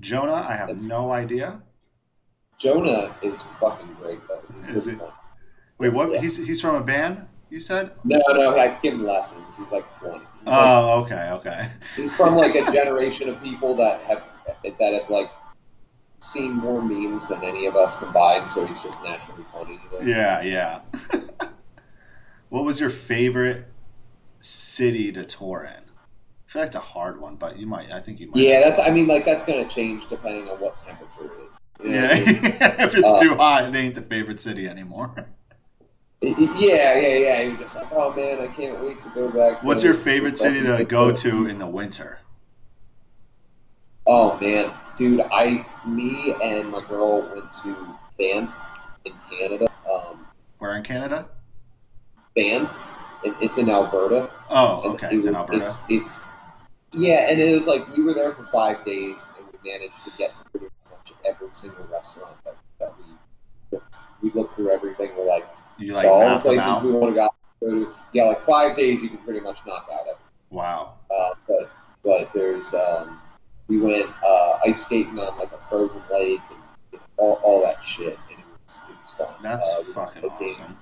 Jonah, I have That's- no idea. Jonah is fucking great though. He's Is really it? fun. Wait, what? Yeah. He's he's from a band. You said? No, no, I give him lessons. He's like twenty. He's, like, Oh, okay, okay. he's from like a generation of people that have that have like seen more memes than any of us combined. So he's just naturally funny. You know? Yeah, yeah. [laughs] what was your favorite city to tour in? I feel like it's a hard one, but you might. I think you might. Yeah, that's. I mean, like that's gonna change depending on what temperature it is. You know what [laughs] Yeah, I mean? if it's Uh, too hot, it ain't the favorite [laughs] city anymore. yeah, yeah, yeah. You're just like, oh man, I can't wait to go back. To What's your favorite city to fucking- go to in the winter? Oh man, dude, I, me and my girl went to Banff in Canada. Um, Where in Canada? Banff. It, it's in Alberta. Oh, And okay, it it's in was- Alberta. Uh, It's, it's- yeah, and it was like we were there for five days, and we managed to get to pretty much every single restaurant that, that we we looked through everything. We're like, You so like all the map them places out? we would have got to go to. Yeah, like five days, you can pretty much knock out everything. Wow. Uh, but but there's um, we went uh, ice skating on like a frozen lake and you know, all, all that shit, and it was it was fun. That's Uh, we- fucking okay. awesome.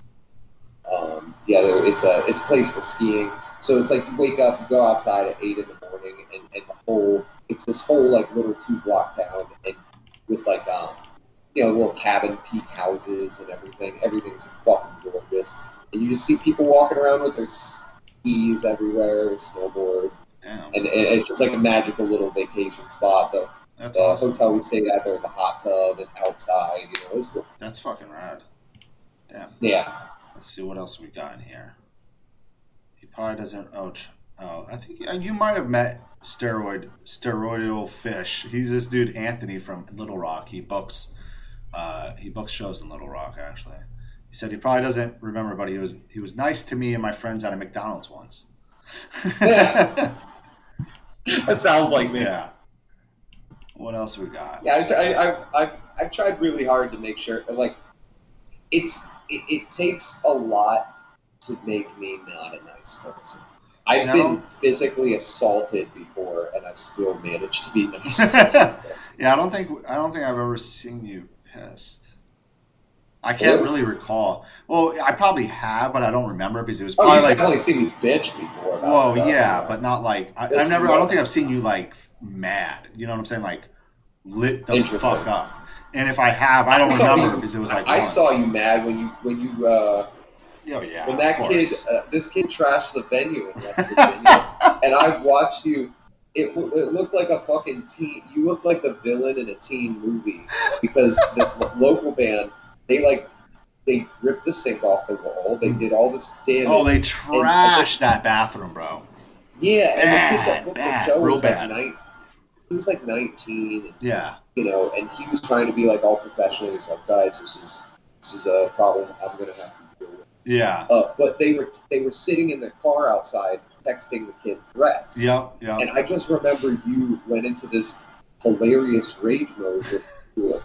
um, yeah, there, it's a it's a place for skiing. So it's like you wake up, you go outside at eight in the morning, and, and the whole it's this whole like little two block town, and with like um you know little cabin peak houses and everything. Everything's fucking gorgeous, and you just see people walking around with their skis everywhere, their snowboard, Damn, and, and it's just like a magical little vacation spot. The, that's the awesome. hotel we stayed at there was a hot tub and outside. You know, it was cool. That's fucking rad. Damn. yeah. Let's see what else we got in here. He probably doesn't. Oh, ch- oh I think you might have met steroid steroidal fish. He's this dude Anthony from Little Rock. He books, uh, he books shows in Little Rock. Actually, he said he probably doesn't remember, but he was he was nice to me and my friends at a McDonald's once. [laughs] yeah. That sounds like What else we got? Yeah, I, I, I've, I've, I've tried really hard to make sure, like, it's, it, it takes a lot to make me not a nice person. I've No. been physically assaulted before, and I've still managed to [laughs] be nice. Oh, yeah, I don't think I don't think I've ever seen you pissed. I can't Really? really recall. Well, I probably have, but I don't remember because it was oh, probably you've like, definitely seen me bitch before. About whoa, stuff. yeah, but not like I, Yes, I've never. you I will. don't think I've seen you like f- mad. You know what I'm saying? Like lit the Interesting. fuck up. And if I have, I don't I saw remember you- because it was like I once. saw you mad when you when you uh, Oh yeah, when of that kid course. uh, this kid trashed the venue in West [laughs] Virginia, and I watched you. It, w- it looked like a fucking teen. You looked like the villain in a teen movie [laughs] because this lo- local band they like they ripped the sink off the wall. They did all this damage. Oh, they trashed that bathroom, bro. yeah, and the kid Bad, that booked bad, the show real was like bad. nine. he was like 19, and, Yeah. you know, and he was trying to be like all professional. He's like, guys, this is this is a problem I'm gonna have to deal with. Yeah. Uh, but they were they were sitting in the car outside texting the kid threats. Yep. Yep. And I just remember you went into this hilarious rage mode where you were like,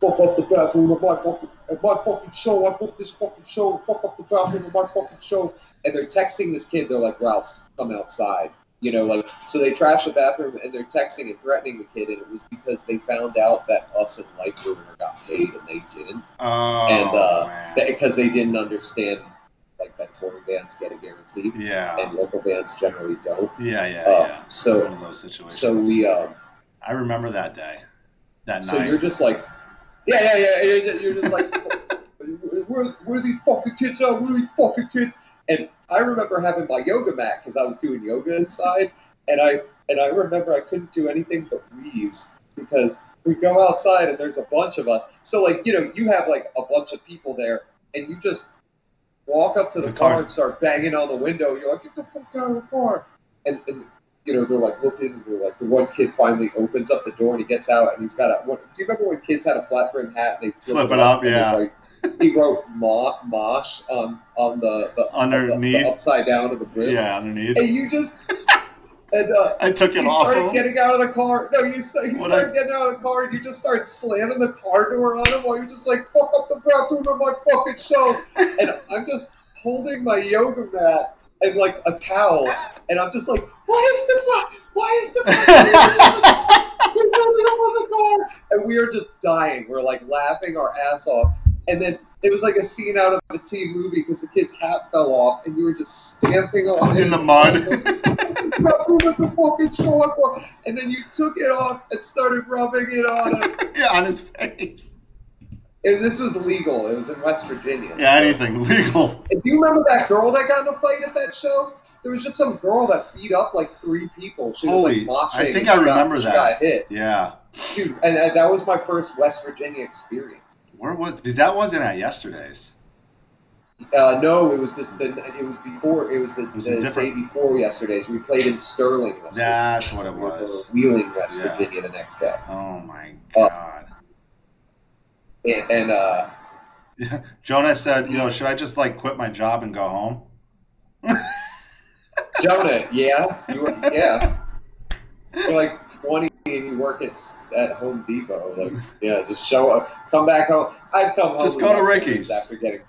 fuck up the bathroom of my fucking of my fucking show. I booked this fucking show. Fuck up the bathroom of my fucking show. And they're texting this kid. They're like, Ralph, come outside. You know, like so they trash the bathroom and they're texting and threatening the kid. And it was because they found out that us and Lightroom got paid and they didn't Oh and, uh, man. because they didn't understand like that touring bands get a guarantee yeah. and local bands generally don't. Yeah. Yeah. Uh, yeah. One so of those situations. so we um, I remember that day. That So night. you're just like, yeah, yeah, yeah. You're, you're just like, [laughs] where, where these fucking kids at? Where these fucking kids? And I remember having my yoga mat because I was doing yoga inside, and I and I remember I couldn't do anything but wheeze because we go outside and there's a bunch of us. So like you know you have like a bunch of people there, and you just walk up to the, The car, car. and start banging on the window. You're like, get the fuck out of the car, and, and you know, they're like looking, and they're like, the one kid finally opens up the door and he gets out and he's got a. What, do you remember when kids had a flat brim hat and they Flip it up, and they, yeah. like, he wrote "mo- mosh on on the, the on the- the, [laughs] underneath. upside down of the brim. yeah. Underneath. And you just and uh, I took it you off started of him. getting out of the car. No, you start, you What start I- getting out of the car and you just start slamming the car door on him while you're just like, fuck up the bathroom of my fucking show. and I'm just holding my yoga mat and like a towel. And I'm just like, why is the fuck? Why is the fuck? You're holding up on the car. And we are just dying. We're like laughing our ass off. And then it was like a scene out of a teen movie because the kid's hat fell off and you were just stamping on it. In the mud. bathroom at the fucking show up for- and then you took it off and started rubbing it on him. [laughs] yeah, on his face. And this was legal. It was in West Virginia. Yeah, anything [laughs] legal. And do you remember that girl that got in a fight at that show? There was just some girl that beat up like three people. She Holy- was like moshing. I think and I she got- remember she that. Got hit, Yeah. dude. And, and that was my first West Virginia experience. Where was because that wasn't at yesterday's. Uh, no, it was the, the it was before it was the, was the day different- before yesterday's. We played in Sterling, West That's what it Virginia. We were was. Wheeling, West Yeah. Virginia, the next day, Oh my Uh, god. and, and uh, Jonah said, "Yo, should I just like quit my job and go home?" [laughs] Jonah, yeah, you were, yeah. You're like 20 and you work at s- at Home Depot. Like, yeah, just show up, come back home. I've come home. Just go my to parents Ricky's. after getting.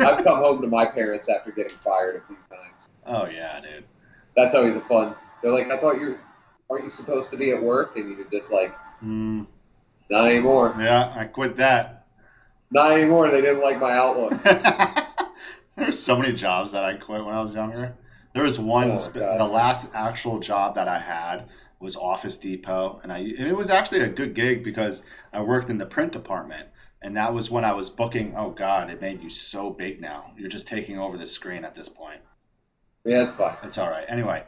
I've come home to my parents after getting fired a few times. oh yeah, dude. That's always a fun. They're like, I thought you aren't you supposed to be at work, and you're just like, Mm, not anymore, yeah, I quit that. not anymore. They didn't like my [laughs] outlook. There's so many jobs that I quit when I was younger. There was one. Oh, sp- God. the last actual job that I had was Office Depot, and I and it was actually a good gig because I worked in the print department, and that was when I was booking. Oh God, it made you so big now. You're just taking over the screen at this point. Yeah, it's fine. It's all right. Anyway,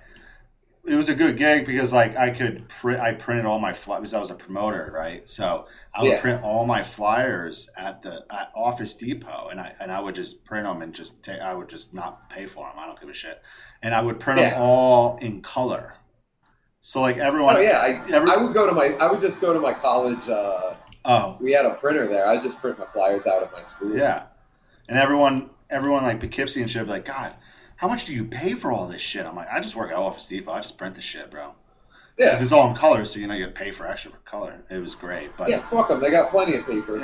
it was a good gig because like I could print. I printed all my flyers because I was a promoter, right? So I would Yeah. print all my flyers at the at Office Depot, and I and I would just print them and just take. I would just not pay for them. I don't give a shit. And I would print Yeah. them all in color. So like everyone. Oh yeah, I, Every, I would go to my. I would just go to my college. Uh, oh we had a printer there. I'd just print my flyers out of my school. yeah, and everyone everyone like Poughkeepsie and shit would be like God. How much do you pay for all this shit? I'm like, I just work at Office Depot. I just print the shit, bro. yeah. Because it's all in color, so you know you pay for extra for color. It was great, but yeah. Yeah, fuck them. They got plenty of paper.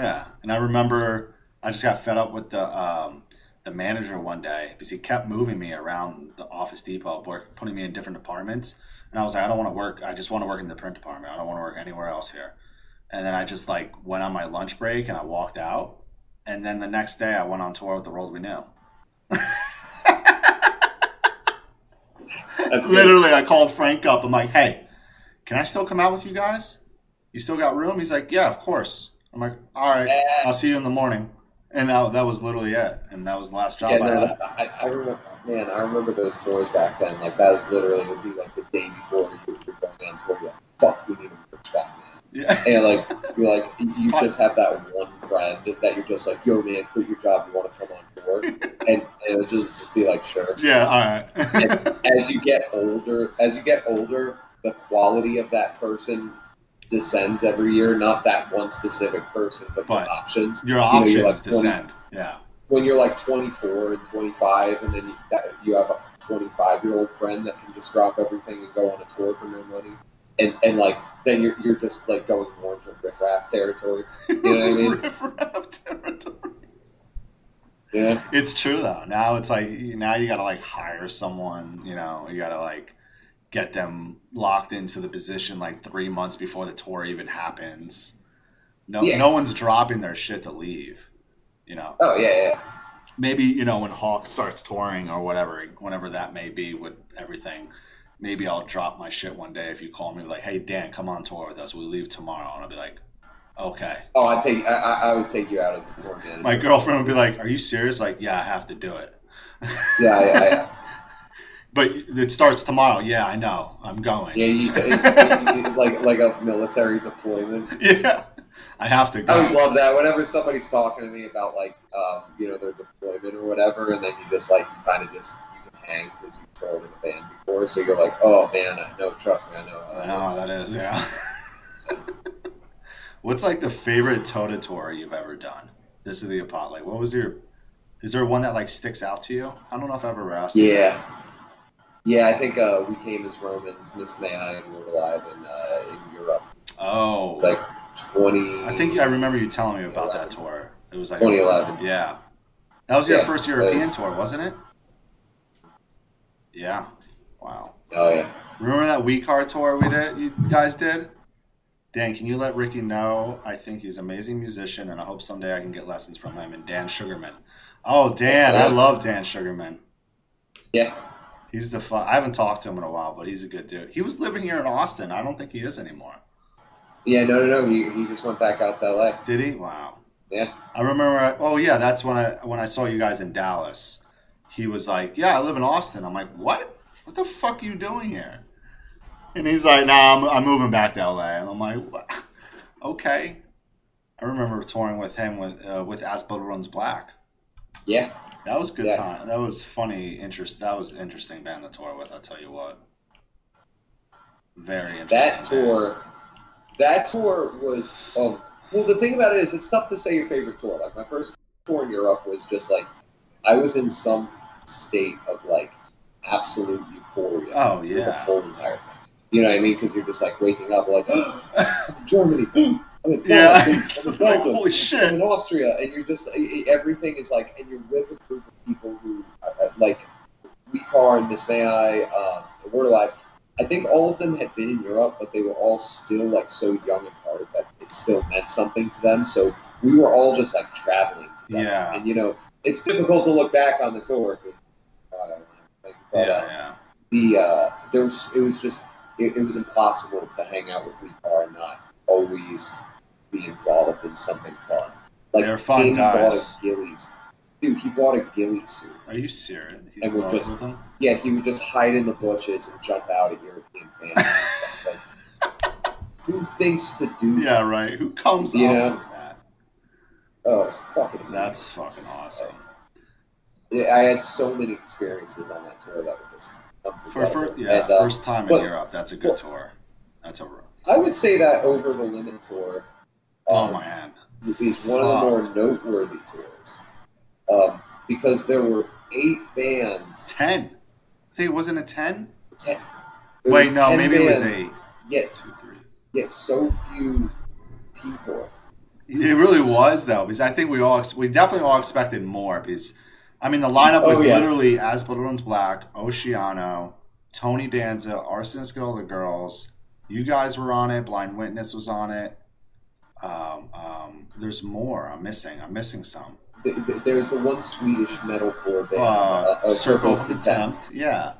And I remember I just got fed up with the um, the manager one day because he kept moving me around the Office Depot, work, putting me in different departments, and I was like, I don't want to work. I just want to work in the print department. I don't want to work anywhere else here. And then I just like went on my lunch break and I walked out. And then the next day I went on tour with the world we knew. That's good. Literally, I called Frank up. I'm like, hey, can I still come out with you guys? You still got room? He's like, yeah, of course. I'm like, all right, Yeah. I'll see you in the morning. And that, that was literally it. And that was the last job Yeah, I no, had. that- I, I remember, man, I remember those tours back then. Like, that was literally, it would be like the day before you were going on tour. You're like, fuck, we need to reach back, man. [laughs] Yeah. And, like, you're like, you fun. just have that one friend that you're just like, yo, man, quit your job. You want to come on [laughs] tour? and, and it'll just, just be like, sure. Yeah, all right. As you get older, as you get older, the quality of that person descends every year, not that one specific person, but, But- the options. [laughs] Your know, options you're like descend. Yeah. When you're like 24 and 25, and then you, that, you have a 25 year old friend that can just drop everything and go on a tour for no money, and and like then you're you're just like going more into riffraff territory. You know what I [laughs] mean? Riffraff territory. Yeah, It's true though. Now it's like now you gotta like hire someone. You know, you gotta like get them locked into the position like three months before the tour even happens. No, Yeah. no one's dropping their shit to leave. You know, oh yeah, yeah. maybe you know when Hawk starts touring or whatever, whenever that may be with everything. Maybe I'll drop my shit one day if you call me like, "Hey Dan, come on tour with us. We leave tomorrow," and I'll be like, "Okay." Oh, I take I, I I would take you out as a tour manager. My girlfriend would be like, "Are you serious?" Like, "Yeah, I have to do it." Yeah, yeah, yeah. But it starts tomorrow. Yeah, I know. I'm going. Yeah, you, you- you- like like a military deployment. [laughs] Yeah. I have to I always go. love that. Whenever somebody's talking to me about like um, you know their deployment or whatever, and then you just like you kind of just you can hang because you've toured in a band before, so you're like, oh man, I know. Trust me, I know. how I that know how is." that is. Yeah. [laughs] What's like the favorite Tota tour you've ever done? This is the Apollo. Like, what was your? Is there one that like sticks out to you? I don't know if I've ever asked. you that. Yeah. Yeah, I think uh, we came as Romans, Miss May I, and we were live in, uh, in Europe. Oh. It's like 20. I think I remember you telling me about that tour. It was like 2011. Yeah. That was your oh- Yeah, first European it was. tour, wasn't it? Yeah. Wow. Oh, yeah. Remember that We Car tour we did? You guys did? Dan, can you let Ricky know? I think he's an amazing musician, and I hope someday I can get lessons from him and Dan Sugarman. Oh, Dan, I love Dan Sugarman. Yeah. He's the fun. I haven't talked to him in a while, but he's a good dude. He was living here in Austin. I don't think he is anymore. Yeah, no, no, no. He, he just went back out to LA. Did he? Wow. Yeah. I remember. Oh yeah, that's when I when I saw you guys in Dallas. He was like, "Yeah, I live in Austin." I'm like, "What? What the fuck are you doing here?" And he's like, "Nah, I'm, I'm moving back to LA." And I'm like, what? [laughs] "Okay." I remember touring with him with uh, with As Blood Runs Black. Yeah. That was a good Yeah. time. That was funny. Interest. That was an interesting band to tour with. I'll tell you what. Very interesting. That band. tour, that tour was. Um, well, the thing about it is, it's tough to say your favorite tour. Like my first tour in Europe was just like, I was in some state of like absolute euphoria. Oh [laughs] through The yeah. whole entire thing. You know what I mean? Because you're just like waking up like, [gasps] Germany. [gasps] I'm in Yeah. Belgium, [laughs] It's I'm in like, Belgium, holy I'm shit. in Austria, and you're just e- e- everything is like, and you're with a group of people who uh, uh, like We Car and Miss May I, um, and Word Alive. I think all of them had been in Europe, but they were all still like so young and hard that it still meant something to them. So we were all just like traveling together, Yeah. and you know, it's difficult to look back on the tour. 'cause, uh, like, Yeah. but, uh, Yeah. the uh, there was it was just it, it was impossible to hang out with Weepar and not always be involved in something fun. Like They're fun Andy guys. bought a ghillies. Dude, he bought a ghillie suit. Are you serious? You And we'll brought just- it with him? Yeah, he would just hide in the bushes and jump out at European fans. [laughs] Like, who thinks to do? Yeah, right. Who comes You up know? with that? Oh, it's fucking. amazing. That's fucking awesome. Yeah, I had so many experiences on that tour that were just. For, unforgettable. for yeah, And, uh, first time in but- Europe. That's a good well- uh, tour. That's a I would say that over the limit tour. oh um, man. is one of the Fuck. more noteworthy tours um, because there were eight bands. Ten. I think wasn't it ten? Ten, there Wait, was no, 10 maybe it was bands, eight. Yet, Two, three. yet so few people. It really was though, because I think we all ex- we definitely all expected more. Because I mean, the lineup Oh, was yeah. literally As Blood Runs Black, Oceano, Tony Danza, Arsonist Girl, the girls. You guys were on it. Blind Witness was on it. Um, um, there's more. I'm missing. I'm missing some. Th- th- There's the one Swedish metalcore Uh, band, uh, oh, Circle of Contempt. Yeah.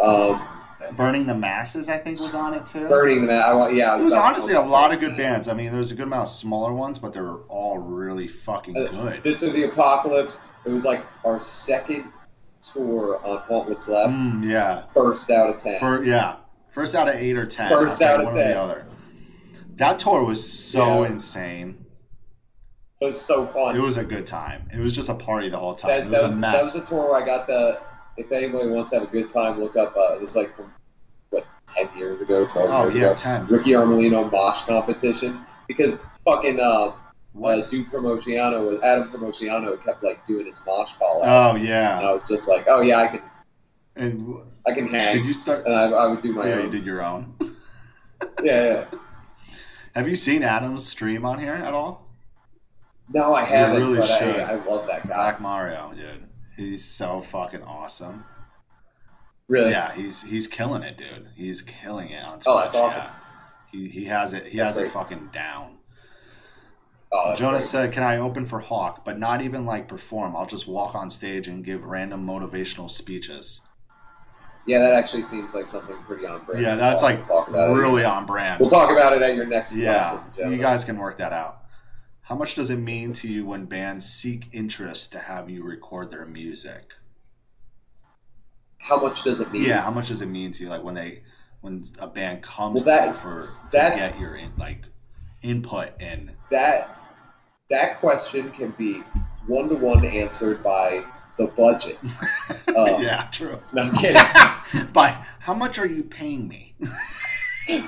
Um, Burning the Masses, I think, was on it too. Burning the Man. I want, yeah, I It was about to honestly a come up lot to of good that. bands. I mean, there was a good amount of smaller ones, but they were all really fucking Uh, good. This is the Apocalypse. It was like our second tour on Haunt What's Left. Mm, yeah. First out of ten. For yeah, first out of eight or ten. First I think out of one 10. Or the other. That tour was so Yeah. insane. it was so fun. It was a good time. It was just a party the whole time. That, it was that, a was, that mess. was the tour where I got the. If anybody wants to have a good time, look up. Uh, this is like from what ten years ago, twelve Oh years yeah, ago, ten. Ricky Armelino Bosch competition because fucking uh, uh, What? dude Promociano was Adam Promociano kept like doing his Bosch call out, Oh and yeah. I was just like, oh yeah, I can And w- I can did hang, you start? Oh, and I, I would do my Yeah, you own. did your own. Yeah, yeah. Have you seen Adam's stream on here at all? No, I haven't. really but should. I, I love that guy. Black Mario, dude. He's so fucking awesome. Really. Yeah, he's he's killing it, dude. He's killing it on Twitch. Oh, that's awesome. yeah. He he has it. He That's has it great. fucking down. Oh, that's Jonas said, "Can I open for Hawk, but not even like perform? I'll just walk on stage and give random motivational speeches." great. Yeah, that actually seems like something pretty on brand. Yeah, that's, We'll like, talk about it. really on brand. We'll talk about it at your next lesson, yeah, Jonas. you guys can work that out. How much does it mean to you when bands seek interest to have you record their music? How much does it mean? Yeah, how much does it mean to you, like when they when a band comes Well, that- to you for that- to get your in, like input and that that question can be one to one answered by the [laughs] budget. Uh, yeah, true. [laughs] No, I'm kidding. By how much are you paying me?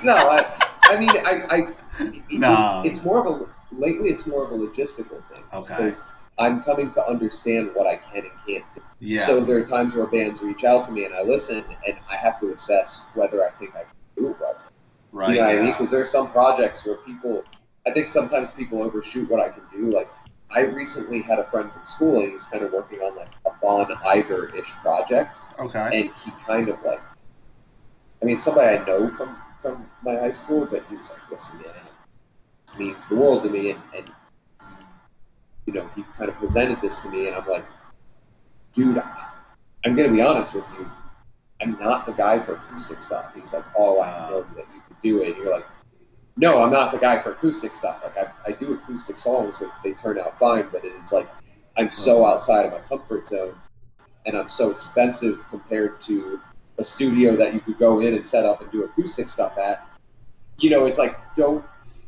No, I, I mean, I, I it- No. it's, it's more of a lately. It's more of a logistical thing Okay, because I'm coming to understand what I can and can't do. yeah, So there are times where bands reach out to me and I listen, and I have to assess whether I think I can do it right. right. you know what E I mean? yeah. Because there's some projects where people, I think sometimes people overshoot what I can do. Like, I recently had a friend from school, and he's kind of working on like a Bon Iver ish project, Okay, and he kind of like, I mean, somebody I know from from my high school, but he was like, "Listen, man, this means the world to me," and, and you know, he kind of presented this to me, and I'm like, "Dude, I- I'm gonna be honest with you." I'm not the guy for acoustic stuff. He's like, oh, I know that you could do it. And you're like, no, I'm not the guy for acoustic stuff. Like, I, I do acoustic songs and they turn out fine, but it's like, I'm so outside of my comfort zone and I'm so expensive compared to a studio that you could go in and set up and do acoustic stuff at. You know, it's like, don't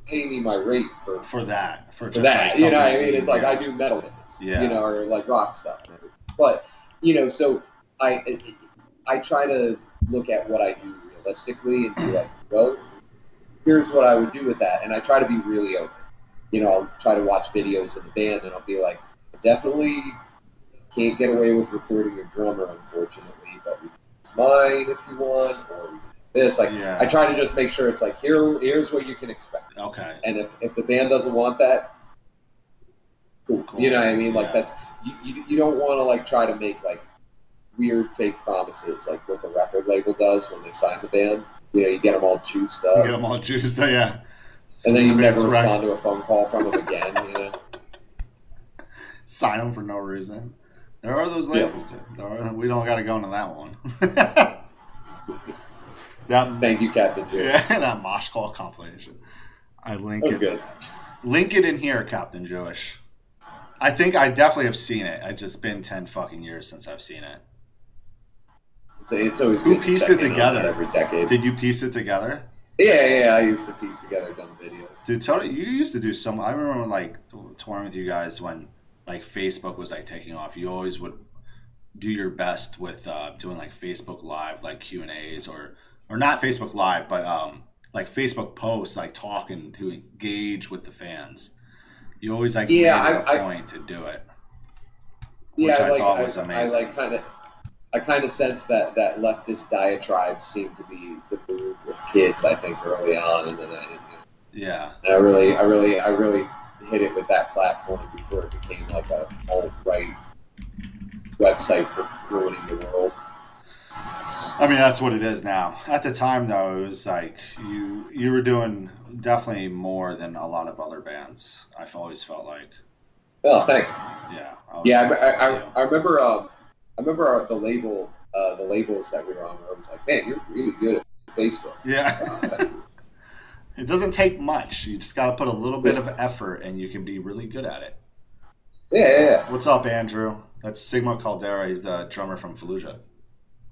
pay me my rate for, for that, for, for just that. Like you know what I something- mean? It's like, yeah. I do metal hits, Yeah. you know, or like rock stuff. But, you know, so I, I try to look at what I do realistically and be like, well, here's what I would do with that. And I try to be really open. You know, I'll try to watch videos of the band and I'll be like, I definitely can't get away with recording your drummer, unfortunately, but we can use mine if you want, or we can do this. Like, yeah. I try to just make sure it's like, here, here's what you can expect. okay, And if, if the band doesn't want that, cool. Cool. You know what I mean? Like, Yeah. that's, you, you, you don't want to, like, try to make, like, weird fake promises, like what the record label does when they sign the band. You know, you get them all juiced up. you get them all juiced. [laughs] Yeah, And then you It's never right. respond to a phone call from them again, you [laughs] know? sign them for no reason. There are those Yeah. labels, dude. There are, we don't got to go into that one. [laughs] that Thank you, Captain Jack. yeah, [laughs] that mosh call compilation. I link That was it. good. Link it in here, Captain Jewish. I think I definitely have seen it. It's just been ten fucking years since I've seen it. It's, it's always Who good to pieced check it in on that together? every decade. Did you piece it together? yeah, yeah, yeah, I used to piece together dumb videos. Dude, totally. You used to do some. I remember like touring with you guys when like Facebook was like taking off. You always would do your best with uh, doing like Facebook Live, like Q and A's, or or not Facebook Live, but um like Facebook posts, like talking to engage with the fans. You always like Yeah, made it I- I- a point to do it. Yeah, Which I like, thought was I amazing. like kind of, I kind of sense that that leftist diatribes seem to be the move with kids. I think early on, and then I, didn't- Yeah, I really, I really, I really hit it with that platform before it became like a alt right website for ruining the world. I mean that's what it is now. At the time though, it was like you you were doing definitely more than a lot of other bands. I've always felt like Well, Oh, thanks. yeah. I was Yeah, like, I, I, yeah. I, I remember. Um, I remember our, the label, uh, the labels that we were on. Where I was like, man, you're really good at Facebook. [laughs] Yeah. [laughs] Uh, thank you. It doesn't take much. You just got to put a little bit of effort and you can be really good at it. yeah, yeah, yeah. What's up, Andrew? That's Sigma Caldera. He's the drummer from Fallujah.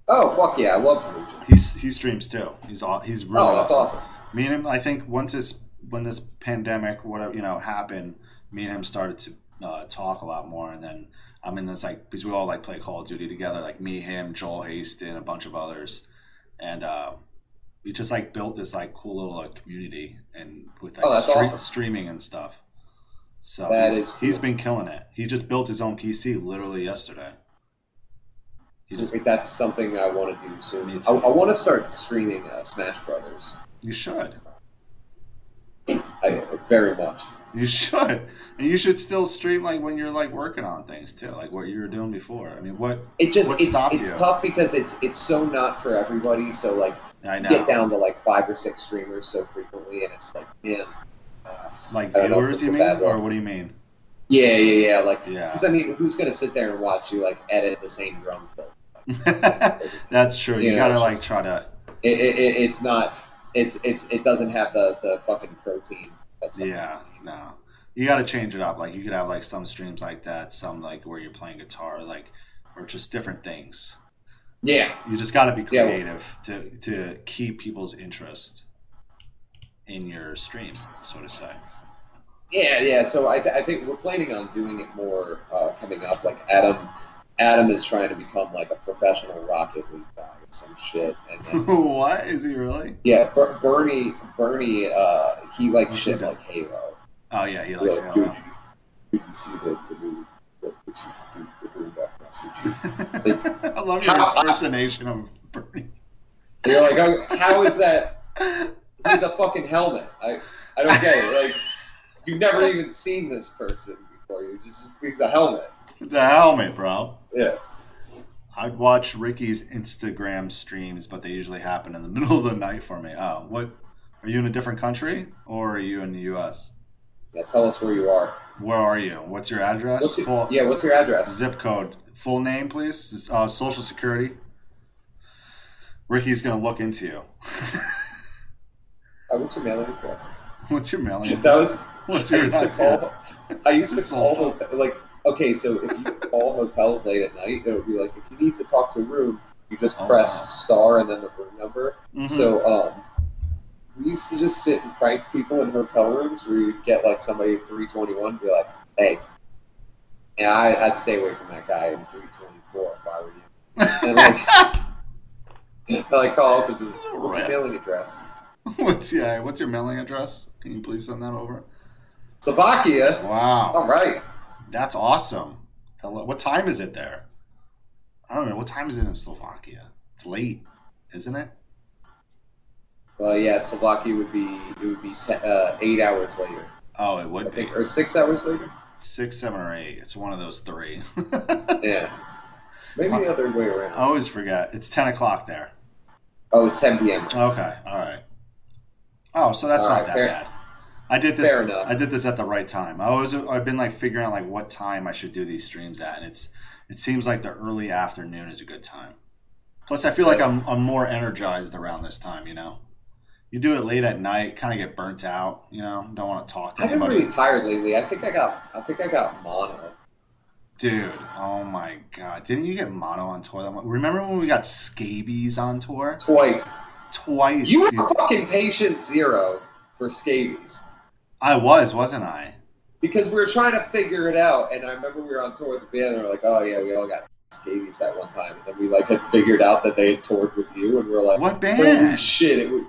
Oh, fuck yeah, I love Fallujah. He's, he streams too. He's aw- he's really Oh, that's awesome. Me and him, I think once this when this pandemic whatever you know happened, me and him started to uh, talk a lot more. And then I'm in this like because we all like play Call of Duty together, like me, him, Joel Haston, a bunch of others, and uh, we just like built this like cool little like, community and with like Oh, that's stre- awesome. streaming and stuff. So That he's, is he's cool. been killing it. He just built his own PC literally yesterday. He just Wait, that's something I want to do soon. Me I, too. I want to start streaming uh, Smash Brothers. you should I, very much. you [laughs] should and you should still stream like when you're like working on things too, like what you were doing before. I mean, what It just What it's, stopped it's you? tough because it's it's so not for everybody. So like I you know get down to like five or six streamers so frequently, and it's like man. Uh, like I don't know if viewers, it's you a mean, bad or one. what do you mean? yeah, yeah, yeah. Like Yeah, [laughs] [laughs] because I mean, who's gonna sit there and watch you like edit the same drum fill? that's true. You You know, gotta it's like just- try to It, it, it, it's not. It's it's it doesn't have the the fucking protein. That's Yeah, no. You got to change it up. Like you could have like some streams like that, some like where you're playing guitar, like or just different things. Yeah. You just got to be Yeah, well- creative to to keep people's interest in your stream, so to say. Yeah, yeah. So I, th- I think we're planning on doing it more uh, coming up. Like Adam, Adam is trying to become like a professional Rocket League guy or some shit. And then, [laughs] what is he really? yeah, Ber- Bernie, Bernie, uh, he likes What's shit he doing? like Halo. Oh yeah, he Yeah, likes dude, Halo. you, you can see the the new the, the, the, the new background. So you- [laughs] [laughs] I love your impersonation of Bernie. You're like, oh, how is that? He's a fucking helmet. I I don't get it. Like you've never even seen this person before. You just he's a helmet. [laughs] It's a helmet, bro. Yeah. I'd watch Ricky's Instagram streams, but they usually happen in the [laughs] middle of the night for me. Oh, what? Are you in a different country or are you in the U.S.? Yeah. Tell us where you are. Where are you? What's your address? What's your- full, yeah, what's your address? Zip code. Full name, please. S- Uh, social security. Ricky's gonna look into you. [laughs] Uh, what's your mailing address? What's your mailing? That address? [laughs] was What's I [laughs] your used to that's it. call. I used to That's call all. hotel, like okay, so if you call hotels late at night, it would be like if you need to talk to a room, you just Oh, press wow. star and then the room number. Mhm. So um. We used to just sit and prank people in hotel rooms where you'd get like somebody at 321 and be like, hey, yeah, I, I'd stay away from that guy in 324 if I were you. And like, [laughs] [laughs] I like call up and just, what's your mailing address? [laughs] what's yeah? What's your mailing address? Can you please send that over? Slovakia? Wow. All right. That's awesome. Hello. What time is it there? I don't know. What time is it in Slovakia? It's late, isn't it? Well, yeah, Slovakia would be it would be te- uh, eight hours later, Oh, it I would be think, or six hours later. six, seven, or eight. It's one of those three. Yeah, maybe the other way I around. always forget. It's ten o'clock there. Oh, it's 10 p.m. Okay. All right. Oh, so that's All not right, that fair- bad. I did this. fair enough. I did this at the right time. I always I've been like figuring out like what time I should do these streams at, and it's it seems like the early afternoon is a good time. Plus, I feel like I'm I'm more energized around this time. You know, you do it late at night, kind of get burnt out. You know, don't want to talk to I've been anybody. really tired lately. I think I got I think I got mono. Dude, oh my god! Didn't you get mono on tour? That one? Remember when we got scabies on tour twice. twice? You dude. were fucking patient zero for scabies I was, wasn't I? because we were trying to figure it out. And I remember we were on tour with the band and we are like, oh yeah, we all got scabies that one time. And then we like had figured out that they had toured with you, and we are like, What holy band? shit, it would.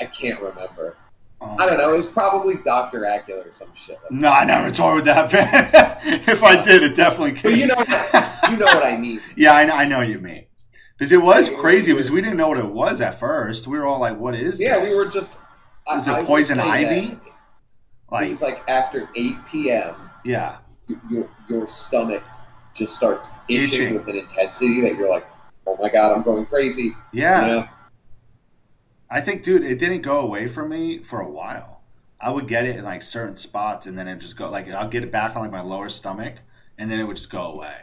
I can't remember. Oh I don't know. It was probably Doctor Acula or some shit. Like that. No, I never toured with that [laughs] band. if I did, it definitely could. But you know, what- you know what I mean. [laughs] yeah, I know, I know what you mean. Because it was Like, crazy. we- Because we didn't know what it was at first. We were all like, "What is?" Yeah, we this? were just. I- Was I it would poison say that ivy? it Like, was like after eight p.m. yeah, y- Your your stomach just starts itching, Itching. with an intensity that you're like, oh my god, I'm going crazy. yeah. You know? I think, dude, it didn't go away from me for a while. I would get it in like certain spots, and then it just go like I'll get it back on like my lower stomach, and then it would just go away.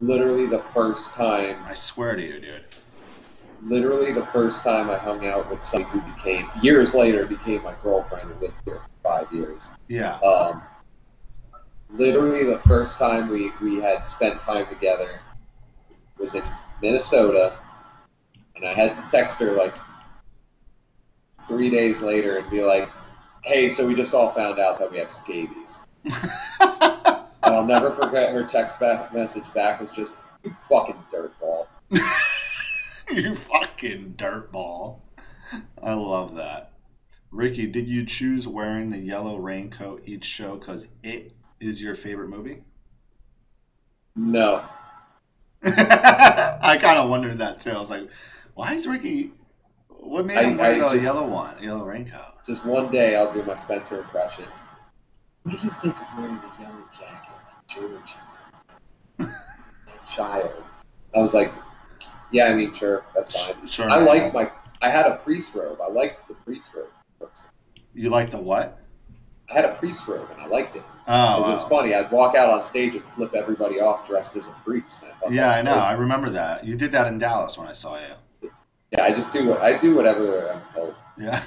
Literally the first time, I swear to you, dude. literally the first time I hung out with somebody who became years later became my girlfriend who lived here for five years. Yeah, [laughs] um, literally the first time we, we had spent time together was in Minnesota, and I had to text her like three days later and be like, "Hey, so we just all found out that we have scabies." and I'll never forget her text back message back was just "You fucking dirtball." [laughs] you fucking dirtball. I love that. Ricky, did you choose wearing the yellow raincoat each show because it is your favorite movie? [laughs] No. I kind of wondered that too. I was like, why is Ricky? What made I- him wear I the just- yellow one, yellow raincoat? Just one day I'll do my Spencer impression. What do you think of wearing a yellow jacket like George? [laughs] Child. I was like, yeah, I mean, sure, that's fine. Sh- Sure. I man. liked my, I had a priest robe. I liked the priest robe. You like the what? I had a priest robe and I liked it. Oh, 'Cause wow. It was funny. I'd walk out on stage and flip everybody off dressed as a priest. and thought yeah, that I know. was I remember that. You did that in Dallas when I saw you. great. Yeah, I just do what I do whatever I'm told. Yeah.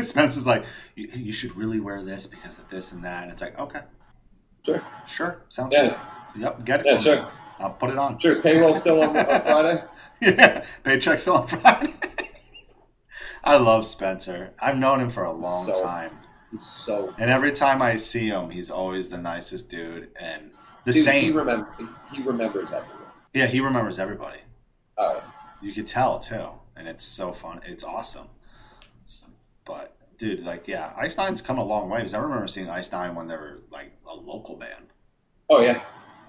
[laughs] Spencer's like, you, you should really wear this because of this and that. And it's like, okay. Sure. Sure. Sounds Yeah, good. Yep. Get it. yeah, for me. sure. I'll put it on. Sure. Is payroll still on, on Friday? [laughs] yeah. Paycheck's still on Friday. [laughs] I love Spencer. I've known him for a long So- time. He's so And every time I see him, he's always the nicest dude and the Dude, He, same. remember, he remembers everyone. yeah, he remembers everybody. All right. You could tell too, and it's so fun. It's awesome. It's- But dude, like, yeah, Einstein's come a long way because I remember seeing Einstein when they were like a local band. Oh yeah,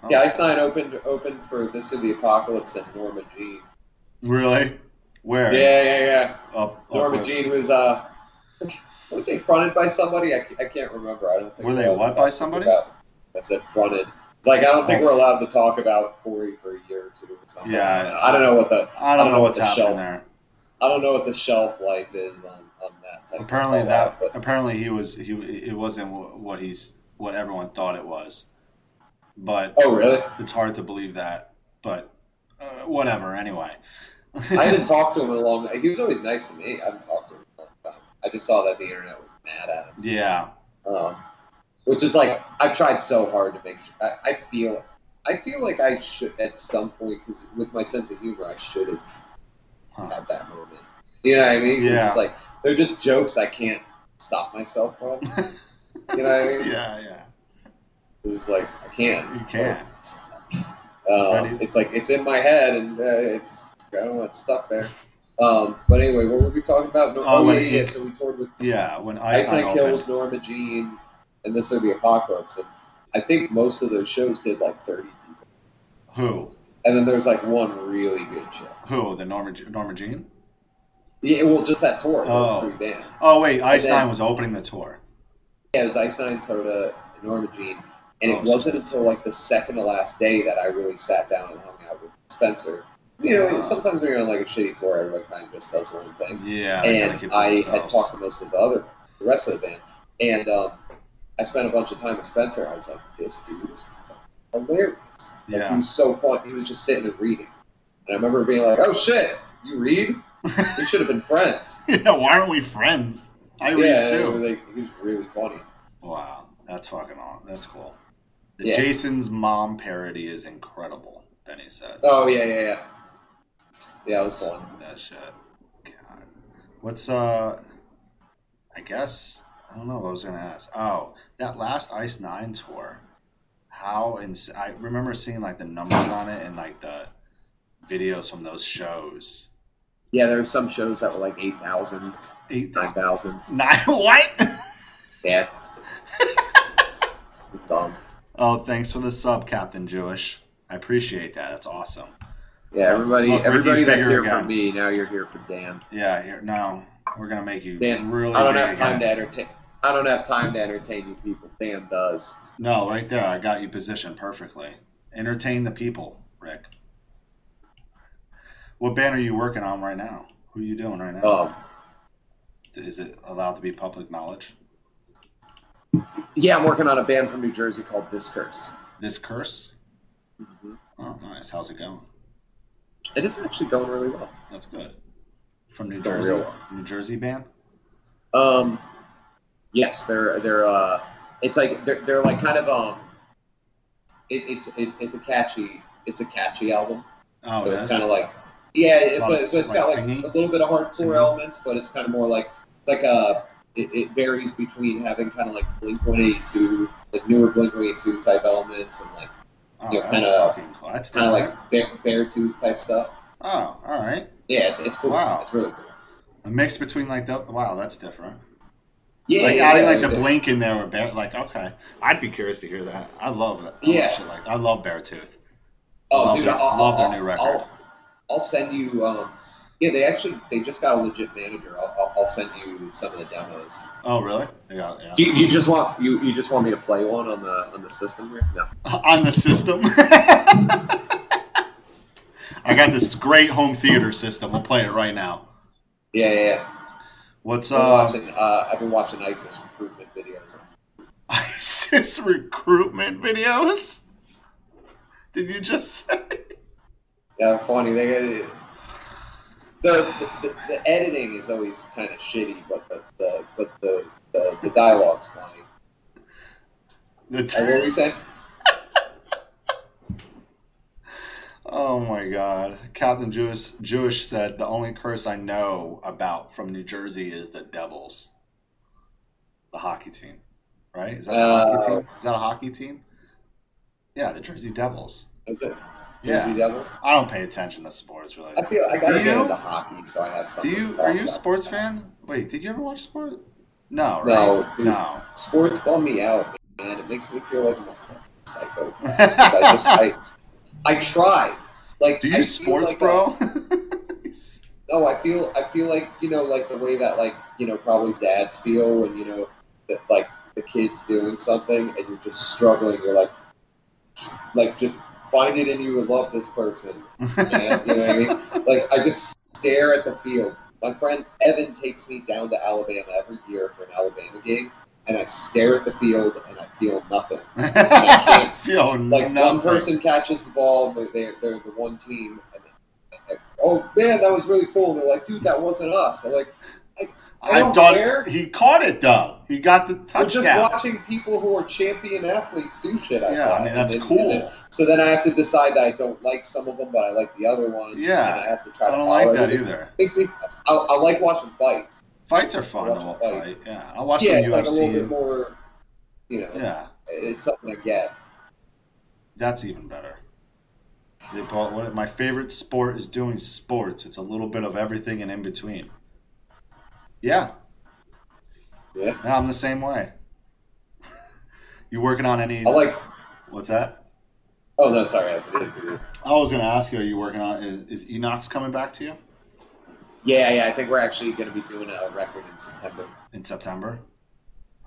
Oh, yeah. Einstein opened opened for This Is the Apocalypse and Norma Jean. Really? Where? Yeah, yeah, yeah. Up, up Norma with- Jean was uh, were they fronted by somebody? I, ca- I can't remember. I don't think Were they allowed to what talk by somebody? About. I said fronted. It's Like I don't think Oh. we're allowed to talk about Corey for a year or two or something. Yeah. I don't know what the I don't know what's happening there. I don't know what the shelf life is on, on that. Type Apparently of that. But Apparently he was. He. It wasn't wh- what he's. What everyone thought it was. But oh [laughs] really? it's hard to believe that. But uh, whatever. Anyway. I haven't talked to him in a long. He was always nice to me. I haven't talked to him in a long time. I just saw that the internet was mad at him. [laughs] yeah. um, which is like I've tried so hard to make sure. I, I feel, I feel like I should at some point because with my sense of humor, I should have Huh. had that moment. You know what I mean? 'Cause Yeah. It's like they're just jokes I can't stop myself [laughs] from. you know what I mean? Yeah. Yeah. It's like I can't. You can. Uh, That is- it's like it's in my head and uh, it's I don't know it's stuck there. Um, but anyway, what were we talking about? No- Oh, oh when yeah, he- yeah. So we toured with Yeah, when Einstein, Iceland opened, Kills, Norma Jean, and this are the Apocalypse. And I think most of those shows did like 30 people. who? And then there's like one really good show. Who? The Norma, Norma Jean? Yeah, well, just that tour, Oh. those three bands. Oh, wait, Einstein then- was opening the tour. Yeah, it was Einstein, Toda, and Norma Jean. And Oh, it so- wasn't until like the second to last day that I really sat down and hung out with Spencer. You know, Yeah. sometimes when you're on like a shitty tour, everybody kind of just does their own thing. Yeah, they gotta keep and to I had themselves. talked to most of the other, the rest of the band, and um, I spent a bunch of time with Spencer. I was like, this dude is hilarious. Like, he Yeah. was so fun. He was just sitting and reading, and I remember being like, oh shit, you [laughs] read? We should have been friends. [laughs] yeah, why aren't we friends? I read yeah, too. and it was like, he was really funny. Wow, that's fucking aw- That's cool. The Yeah. Jason's mom parody is incredible, Benny said. Oh yeah, yeah, yeah. Yeah, it was fun. That shit. God. What's, uh, I guess, I don't know what I was going to ask. Oh, that last Ice Nine tour. How, ins- I remember seeing like the numbers on it and like the videos from those shows. Yeah, there were some shows that were like 8,000, Eight, 9,000. [laughs] nine, what? [laughs] Yeah. It was dumb. Oh, thanks for the sub, Captain Jewish. I appreciate that. That's awesome. Yeah, everybody, Look, Ricky's everybody that's bigger here for again. me, now you're here for Dan. Yeah, here, no, we're gonna make you Dan, really. I don't big have time to again. entertain. I don't have time to entertain you people. Dan does. No, right there, I got you positioned perfectly. Entertain the people, Rick. What band are you working on right now? Who are you doing right now? Um, Is it allowed to be public knowledge? yeah, I'm working on a band from New Jersey called This Curse. This curse. Oh, nice. How's it going? It is actually going really well. That's good. From New It's going Jersey, real well. New Jersey band. Um, yes, they're they're uh, it's like they're they're like kind of um, it, it's it, it's a catchy it's a catchy album. Oh, so it it's is? kind of like yeah, it, lot but, but of s- it's like got like singing? a little bit of hardcore Singing? elements, but it's kind of more like it's like a it, it varies between having kind of like Blink One Eighty Two, like newer Blink One Eighty Two type elements, and like oh, they're that's kinda- fucking cool. That's kind of different. like bare, bare tooth type stuff. Oh, all right. Yeah, it's, it's cool. Wow. It's really cool. A mix between like the wow, that's different. Yeah, like yeah, adding yeah, like the yeah. blink in there or bear. Like okay, I'd be curious to hear that. I love that. I love Yeah. shit like I love Bear Tooth. Oh, love dude, their- I'll, love their I'll- new record. I'll, I'll send you. Um, yeah, they actually they just got a legit manager. I'll, I'll, I'll send you some of the demos. Oh really? Yeah. yeah. Do you, do you just want you, you just want me to play one on the on the system here? No. on the system. [laughs] I got this great home theater system. We'll play it right now. Yeah, yeah. yeah. What's I've been uh, [laughs] watching, uh, I've been watching ISIS recruitment videos. ISIS recruitment videos? Did you just [laughs] say? Yeah, funny. They the, the the editing is always kind of shitty, but the, the but the, the the dialogue's funny. Uh, what were you saying? Oh my God. Captain Jewish, Jewish said, The only curse I know about from New Jersey is the Devils, the hockey team, right? Is that a hockey Oh. team? Is that a hockey team? Yeah, the Jersey Devils. Was it Yeah. Jersey Devils? I don't pay attention to sports really. I feel I gotta Do get you? into hockey, so I have Do something. to you talk are you a about. sports fan? Wait, did you ever watch sport? No, No, right? dude. No. Sports bum me out, man. It makes me feel like I'm a fucking psycho. I [laughs] just I I try. Like Do I feel you sports, like a- bro? No, I feel I feel like you know like the way that like you know probably dads feel when you know that like the kid's doing something and you're just struggling. You're like like just find it and you would love this person. Man. you know what I mean? Like I just stare at the field. My friend Evan takes me down to Alabama every year for an Alabama game, and I stare at the field and I feel nothing. [laughs] I feel Like nothing. one person catches the ball, they they they're the one team, and then, and- oh man, that was really cool. And they're like, dude, that wasn't us. I'm like, I I don't thought care. he caught it though. He got the we're just touchdown. watching people who are champion athletes do shit. I Yeah, thought. I mean And that's then- and then- cool. so then I have to decide that I don't like some of them, but I like the other ones. Yeah, and I have to try I to don't follow like that it. either. It makes me. I, I like watching fights. Fights are fun Watch to a watch. fight. Fight. Yeah, I watched yeah, it's some like a little bit UFC. more. You know, yeah, it's something I get. that's even better. They call it, what, my favorite sport is doing sports. It's a little bit of everything and in between. Yeah, Yeah, no, I'm the same way. [laughs] you working on any? I like. what's that? Oh no, sorry. I didn't- I was gonna ask you. Are you working on? Is, is Enoch's coming back to you Yeah, yeah. I think we're actually going to be doing a record in September. in September?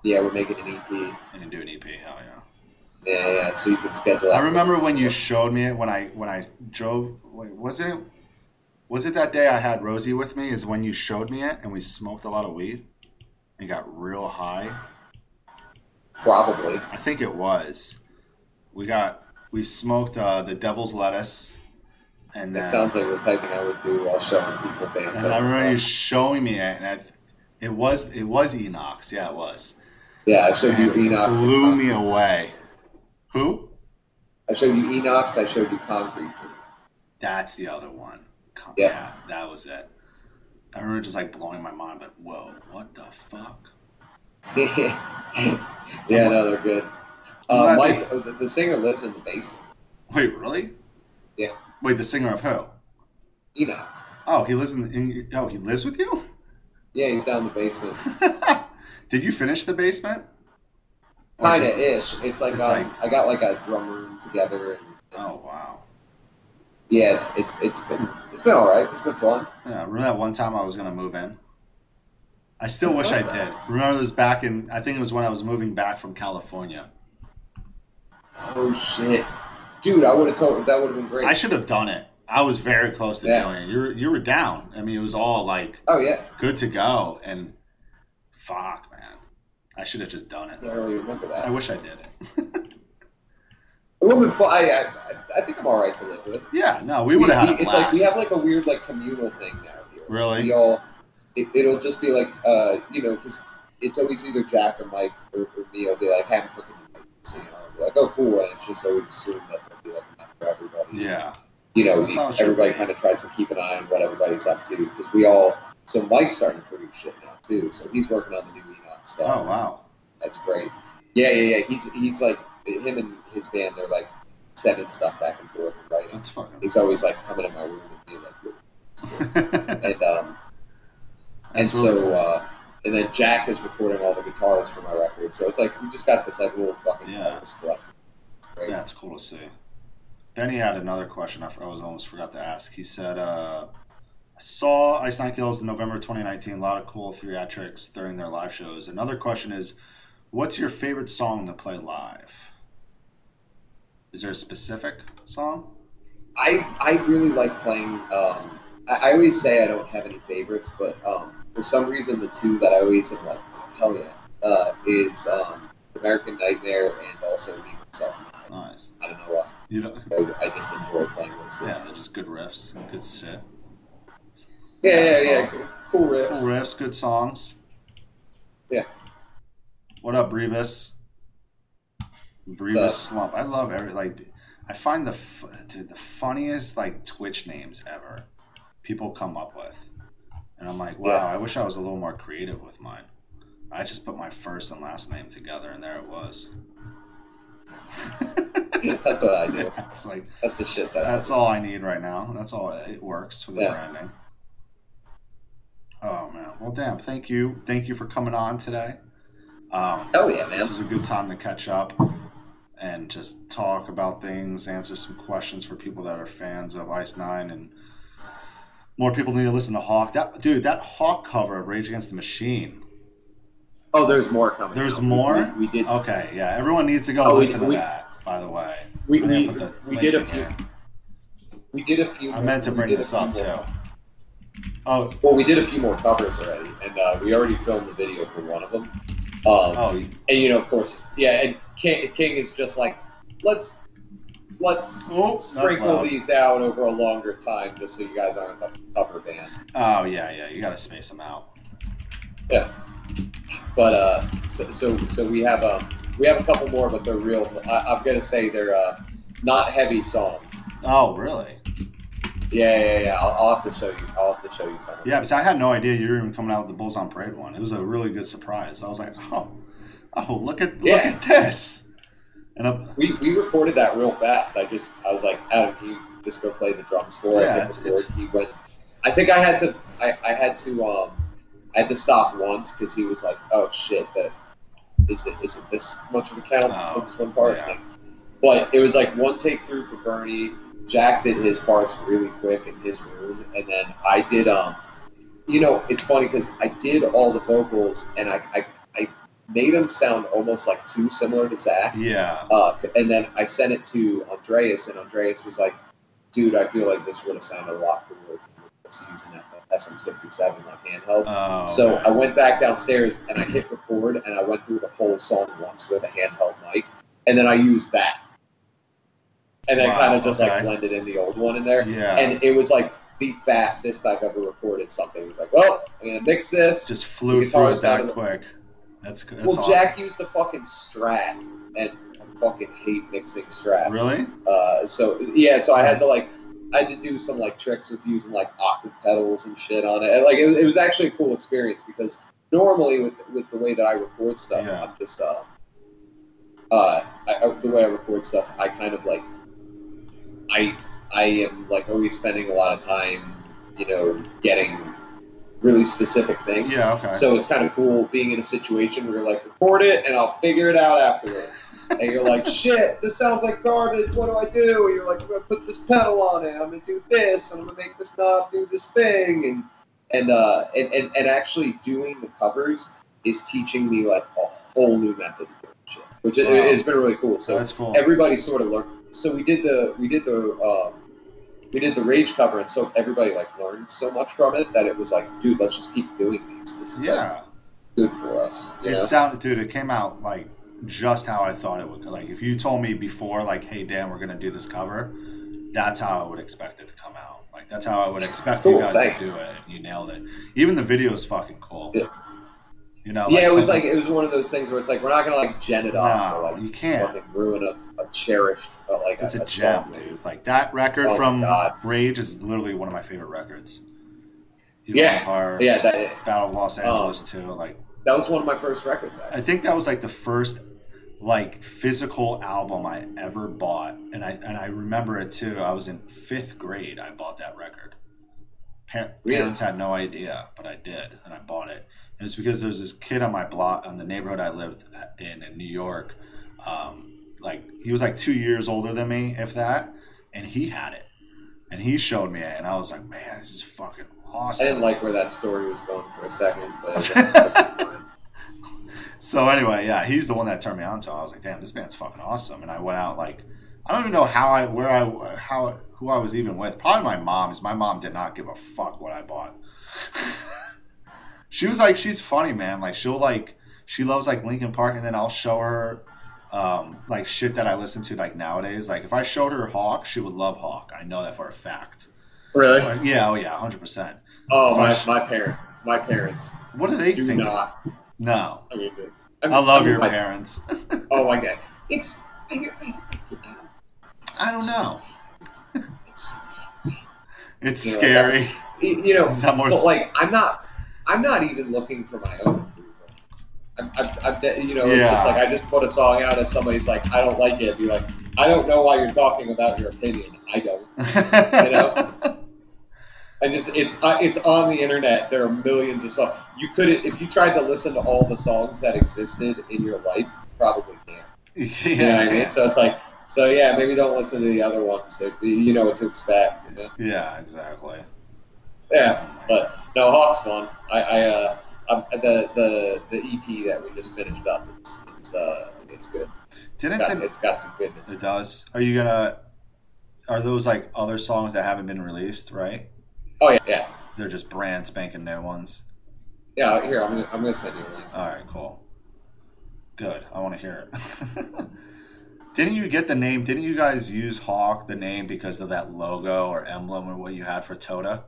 Yeah, we're making an E EP. And you do an EP? Hell yeah. Yeah, yeah. So you can schedule. I out- remember when you showed me it when I when I drove. Wait, was it was it that day I had Rosie with me? Is when you showed me it and we smoked a lot of weed and got real high. Probably. I think it was. We got we smoked uh, the devil's lettuce, and then That sounds like the type of thing I would do while showing people bands. and I remember you showing me it, and I, it was it was Enox. Yeah, it was. yeah, I showed you And it Enox. and blew me Concrete. away. Who? I showed you Enox. I showed you Concrete. [laughs] That's the other one. Con- Yeah. yeah, that was it. I remember just like blowing my mind, like, whoa, what the fuck? yeah, no, they're good. Uh, I'm glad Mike, uh, the, the singer, lives in the basement. Wait, really? Yeah. Wait, the singer of who? Enox. Oh, he lives in. in oh, he lives with you. [laughs] Yeah, he's down in the basement. Did you finish the basement? Or Kinda just- ish. It's like, it's um, like- I got like a drum room together, and, and Oh wow. yeah, it's it's it's been it's been all right. It's been fun. Yeah, remember that one time I was gonna move in? I still What wish I was did. that? Remember this back in? I think it was when I was moving back from California. Oh shit, dude, I would have told that would have been great. I should have done it. I was very close to Yeah. doing it. You were, you were down. I mean, it was all like oh yeah, good to go and fuck man i should have just done yeah, it I really remember that. i wish i did it It would have been fun. I, I, I think I'm all right to live with. yeah no we would have had a It's like blast we have like a weird like communal thing now here. Really? We all. It, it'll just be like uh you know because it's always either Jack or Mike or, or me. I'll be like, hey, I'm cooking. tonight." So, you know, I'll be like, oh cool, and it's just always assumed that there'll be like enough for everybody. yeah You know, That's how it should everybody be. kind of tries to keep an eye on what everybody's up to because we all. So Mike's starting to produce shit now too. So he's working on the new Enoch stuff. oh wow That's great. Yeah, yeah, yeah. He's he's like him and his band. They're like sending stuff back and forth, and writing lady. That's fucking. He's always like coming in my room and being like, "Whoop." [laughs] That's and um, and really so cool. uh, and then Jack is recording all the guitars for my record. So it's like we just got this like little fucking Yeah. Elvis collective. It's great. Yeah, it's cool to see. Benny had another question I f- I was almost forgot to ask. He said, uh, I saw Ice Nine Kills in November 2019, a lot of cool theatrics during their live shows. Another question is, what's your favorite song to play live? Is there a specific song? I I really like playing. Um, I, I always say I don't have any favorites, but um, for some reason the two that I always am like, hell yeah, uh, is um, American Nightmare and also Me Myself. and I. Nice. I don't know why, You know, but I just enjoy playing those two. yeah, they're just good riffs, good shit. yeah, yeah, that's yeah, all. Cool, cool riffs. Cool riffs, good songs. Yeah. What up, Brevis? Brevis up? Slump. I love every like. I find the f- dude, the funniest like Twitch names ever. People come up with, and I'm like, wow. Yeah. I wish I was a little more creative with mine. I just put my first and last name together, and there it was. [laughs] [laughs] That's what I do. it's like That's the shit that. I that's all I need right now. That's all it works for the Yeah. branding. Oh man. Well damn, thank you. Thank you for coming on today. Um Hell yeah, Oh, man. this is a good time to catch up and just talk about things, answer some questions for people that are fans of Ice Nine and more people need to listen to Hawk. That dude, that Hawk cover of Rage Against the Machine. Oh, there's more coming. There's out. We- more? We, we did. Okay, yeah, everyone needs to go Oh, we- listen to we- that, by the way. We, I'm gonna we, put the we link did a in few. there. We did a few. I meant to we bring did a this up few too. more- Oh, Well, we did a few more covers already, and uh, we already filmed the video for one of them. Um, oh, And you know, of course, yeah. And King, King is just like, let's let's oh, that's sprinkle loud. these out over a longer time, just so you guys aren't a cover band. Oh yeah, yeah. You gotta space them out. But uh, so so, so we have um, we have a couple more, but they're real. I, I'm gonna say they're uh, not heavy songs. Oh really? Yeah, yeah, yeah. I'll, I'll have to show you. I'll have to show you something. Yeah, because I had no idea you were even coming out with the Bulls on Parade one. It was a really good surprise. I was like, oh, oh, look at Yeah. look at this. And i We, we recorded that real fast. I just I was like, Adam, can you just go play the drums for Yeah, it? it's- it's- He went. I think I had to I, I had to um I had to stop once because he was like, oh shit, that is it is it this much of a count Oh, for this one part? yeah. But it was like one take through for Bernie. Jack did his parts really quick in his room, and then I did um you know it's funny because I did all the vocals and I, I I made them sound almost like too similar to Zach yeah, up. And then I sent it to Andreas, and Andreas was like, dude, I feel like this would have sounded a lot cooler if you were using that SM57 like handheld. oh, so okay. I went back downstairs and I hit record and I went through the whole song once with a handheld mic, and then I used that. And then Wow, kind of just okay. like blended in the old one in there. yeah, And it was like the fastest I've ever recorded something. It was like, well, I'm going to mix this. just flew the through it guitarist out that of the- quick. That's good. That's well, awesome. Jack used the fucking Strat, and I fucking hate mixing Strats. really? Uh, so yeah, so I had to like I had to do some like tricks with using like octave pedals and shit on it. And, like it, was- it was actually a cool experience because normally with with the way that I record stuff, Yeah. I'm just uh, uh I, I- the way I record stuff, I kind of like I I am like always spending a lot of time, you know, getting really specific things. Yeah. Okay. So it's kind of cool being in a situation where you're like, record it and I'll figure it out afterwards. and you're like, shit, this sounds like garbage. What do I do? And you're like, I'm gonna put this pedal on it. I'm gonna do this, and I'm gonna make this knob do this thing. And and uh and, and, and actually doing the covers is teaching me like a whole new method of doing shit, which Wow. it, has been really cool. So that's cool. everybody sort of learned. So we did the we did the um, we did the rage cover, and so everybody like learned so much from it that it was like, dude, let's just keep doing these. This is like, yeah. good for us. You It know? sounded, dude. It came out like just how I thought it would. go. Like if you told me before, like, "Hey, Dan, we're gonna do this cover," that's how I would expect it to come out. Like that's how I would expect you Cool, guys thanks. to do it. And you nailed it. Even the video is fucking cool. Yeah. You know, yeah, it was something- like it was one of those things where it's like we're not gonna like gen it up no, or like you can't. fucking ruin a, a cherished uh, like It's a, song, gem, dude. Like that record Oh my from God. Rage is literally one of my favorite records. Evil Yeah. Empire, Yeah, that Battle of Los Um, Angeles too. Like that was one of my first records. Actually. I think that was like the first like physical album I ever bought, and I and I remember it too. I was in fifth grade. I bought that record. Par- Really? Parents had no idea, but I did, and I bought it. And it's because there's this kid on my block, on the neighborhood I lived in in New York. Um, like he was like two years older than me, if that, and he had it, and he showed me it, and I was like, man, this is fucking I awesome. didn't like where that story was going for a second, but. [laughs] but- So anyway, yeah, he's the one that turned me on to. it. I was like, damn, this band's fucking awesome. And I went out like, I don't even know how I, where I, how, who I was even with. Probably my mom. Is my mom did not give a fuck what I bought. [laughs] she was like, she's funny, man. Like she'll like, she loves like Linkin Park, and then I'll show her, um, like shit that I listen to like nowadays. Like if I showed her Hawk, she would love Hawk. I know that for a fact. really? Yeah, oh yeah, hundred percent. Oh, my, Fuck. my parent, my parents What do they do think? not. No, I mean, I I'm, love your like, parents. Oh my god, it's. I hear- I hear- I don't know. It's, It's Yeah. scary. you know, Is that more? But like, I'm not, I'm not even looking for my own. approval. I'm, I'm, I'm de- you know, it's Yeah. just like I just put a song out. If somebody's like, I don't like it, be like, I don't know why you're talking about your opinion. I don't. You know. I just it's uh, it's on the internet. There are millions of songs. You couldn't if you tried to listen to all the songs that existed in your life. You probably can't. [laughs] yeah. You know what I mean? So it's like, so yeah, maybe don't listen to the other ones. That you know what to expect. You know? Yeah, exactly. Um, Yeah. But no, Hawks fun. I, I uh, I'm, the the the EP that we just finished up. It's it's uh, it's good. Didn't It's got, the, it's got some goodness. it does? Are you gonna? Are those like other songs that haven't been released? Right? Oh yeah, yeah, They're just brand spanking new ones. yeah. Here, I'm gonna, I'm gonna send you a link. All right, cool. Good. I want to hear it. [laughs] didn't you get the name? Didn't you guys use Hawk the name because of that logo or emblem or what you had for Toda?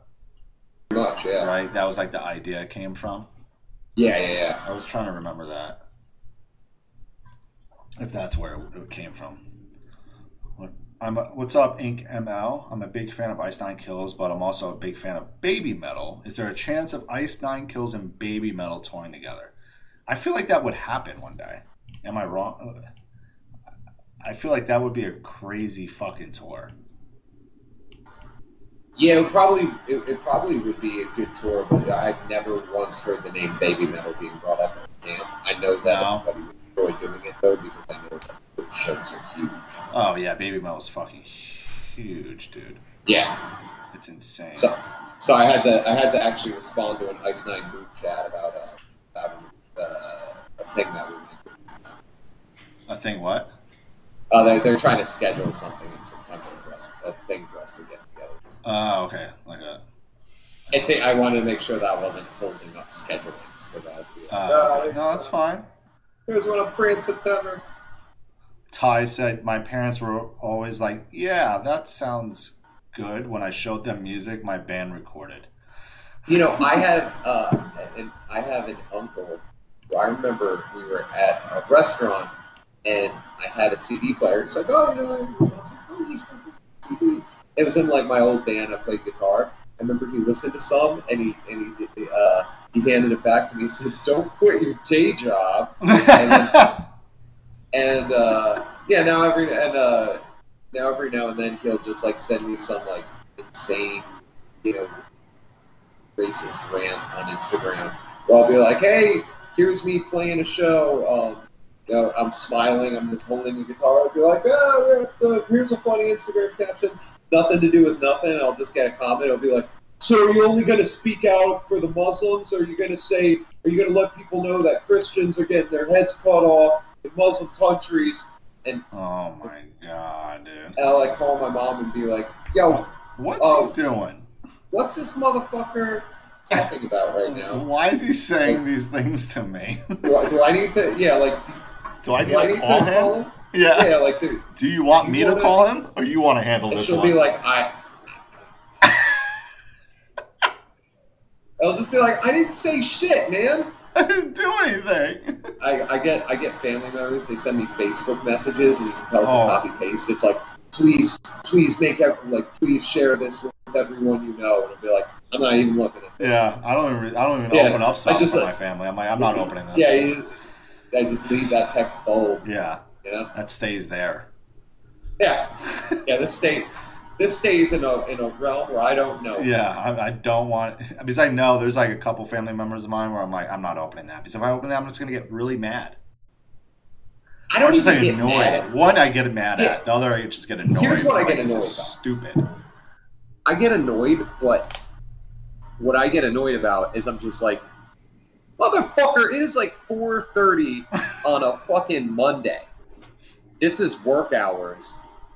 Pretty much, yeah. Right? That was like the idea it came from. Yeah, yeah, yeah. I was trying to remember that. If that's where it it came from. What- I'm a, what's up, Inc. ML? I'm a big fan of Ice Nine Kills, but I'm also a big fan of Baby Metal. Is there a chance of Ice Nine Kills and Baby Metal touring together? I feel like that would happen one day. Am I wrong? I feel like that would be a crazy fucking tour. Yeah, it probably it, it probably would be a good tour, but I've never once heard the name Baby Metal being brought up. And I know that No. everybody would enjoy doing it though, because I know that those shows are huge. Oh yeah, Baby Metal is fucking huge, dude. Yeah, It's insane. So, so I had to I had to actually respond to an Ice Nine group chat about uh, about uh, a thing that we made. a thing what? Uh, they, they're trying to schedule something in September for us, a thing for us to get together. Oh, okay, like a And say I wanted to make sure that wasn't holding up scheduling. So that would be, Uh, no, that's fine. Here's when I'm free in September. Ty said, My parents were always like, Yeah, that sounds good. When I showed them music my band recorded. [laughs] You know, I have uh, and I have an uncle. Who I remember we were at a restaurant, and I had a CD player. It's like, oh, you know, I was like, oh, he's got a CD. It was in like my old band. I played guitar. I remember he listened to some, and he and he did, uh, he handed it back to me. He said, "Don't quit your day job." Oh And uh, yeah, now every and uh, now every now and then he'll just like send me some like insane, you know, racist rant on Instagram. Where I'll be like, "Hey, here's me playing a show. Um, you know, I'm smiling. I'm just holding a guitar." I'll be like, "Oh, yeah, uh, here's a funny Instagram caption. Nothing to do with nothing." And I'll just get a comment. It'll be like. So are you only going to speak out for the Muslims? Or are you going to say? Are you going to let people know that Christians are getting their heads cut off? in Muslim countries, oh my god, dude. and I like call my mom and be like, "Yo, What's Oh. he doing? what's this motherfucker talking about right now? Why is he saying these things to me? [laughs] Do I, do I need to? Yeah, like, do, Do I need do I to need call to him? call him? Yeah. Yeah, like, dude, Do you want You me to wanna- call him or you want to handle and this she'll one? be like, I." I'll just be like, I didn't say shit, man. [laughs] I didn't do anything. [laughs] I, I get I get family members. They send me Facebook messages, and you can tell it's Oh. a copy paste. It's like, please, please make ev- like, please share this with everyone you know, and I'll be like, I'm not even looking at. Yeah, I don't even I don't even Yeah, open up something just, for uh, my family. I'm like, I'm not opening this. Yeah, you, I just leave that text bold. Yeah, You know? that stays there. [laughs] Yeah, yeah. This state, this stays in a in a realm where I don't know. Yeah, I, I don't want because I know there's like a couple family members of mine where I'm like, I'm not opening that because if I open that, I'm just gonna get really mad. I don't I'm just even get like annoyed. mad. at- One, I get mad Yeah. at. The other, I just get annoyed. Here's what It's I like, get this annoyed is about. Stupid. I get annoyed, but what I get annoyed about is I'm just like, motherfucker, it is like 4:30 on a fucking Monday. This is work hours,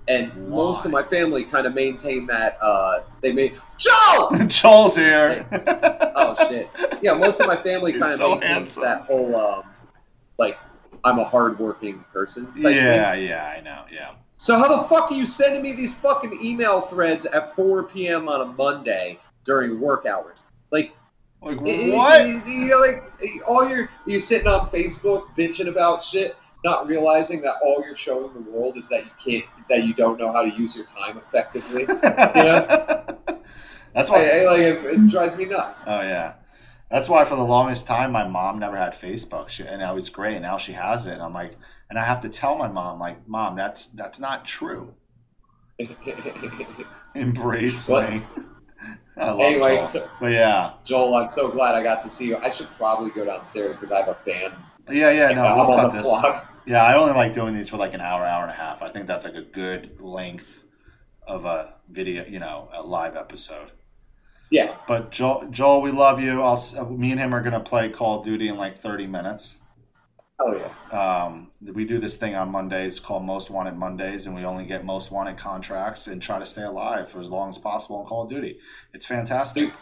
and most of Why? my family kind of maintain that. Uh, they may Joe. [laughs] Joel's here. [laughs] oh shit. Yeah, most of my family He's kind of so maintains handsome. that whole um, like I'm a hardworking person. Type Thing. yeah, yeah, I know. Yeah. So how the fuck are you sending me these fucking email threads at 4 p.m. on a Monday during work hours? Like Like it- it- what? You, you're like all your you sitting on Facebook bitching about shit, not realizing that all you're showing the world is that you can't that you don't know how to use your time [laughs] effectively. That's why. I, I- like it, it drives me nuts. [laughs] Oh yeah, that's why for the longest time my mom never had Facebook, she, and that was great. And now she has it, and I'm like, and I have to tell my mom, like, mom, that's that's not true. Embrace What? me. [laughs] I love anyway, Joel. so, but yeah, Joel, I'm so glad I got to see you. I should probably go downstairs because I have a band. yeah, yeah. No, I'm we'll on cut the this. clock. Yeah, I only like doing these for like an hour, hour and a half. I think that's like a good length of a video, you know, a live episode. Yeah, But Joel, Joel, we love you. I'll, s- me and him are gonna play Call of Duty in like 30 minutes. oh yeah. um, we do this thing on Mondays called Most Wanted Mondays, and we only get most wanted contracts and try to stay alive for as long as possible on Call of Duty. It's fantastic. Dude.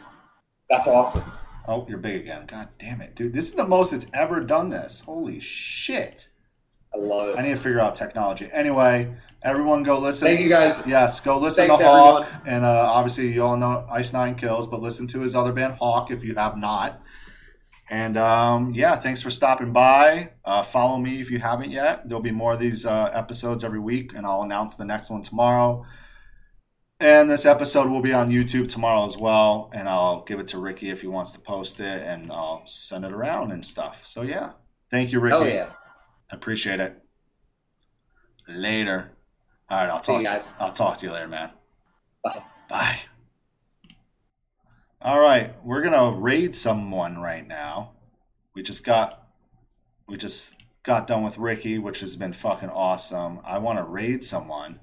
That's awesome. Oh, you're big again. God damn it, dude. This is the most it's ever done this. Holy shit. I love I it. need to figure out technology. Anyway, everyone go listen. Thank you guys. Yes, go listen Thanks, to Hawk. everyone. And uh, obviously, you all know Ice Nine Kills, but listen to his other band, Hawk, if you have not. And um, yeah, thanks for stopping by. Uh, follow me if you haven't yet. There'll be more of these uh, episodes every week, and I'll announce the next one tomorrow. And this episode will be on YouTube tomorrow as well. And I'll give it to Ricky if he wants to post it, and I'll send it around and stuff. So yeah, thank you, Ricky. Oh yeah. Appreciate it. Later. All right, I'll See talk you to guys. I'll talk to you later, man. Bye. Bye. All right, we're gonna raid someone right now. We just got we just got done with Ricky, which has been fucking awesome. I want to raid someone.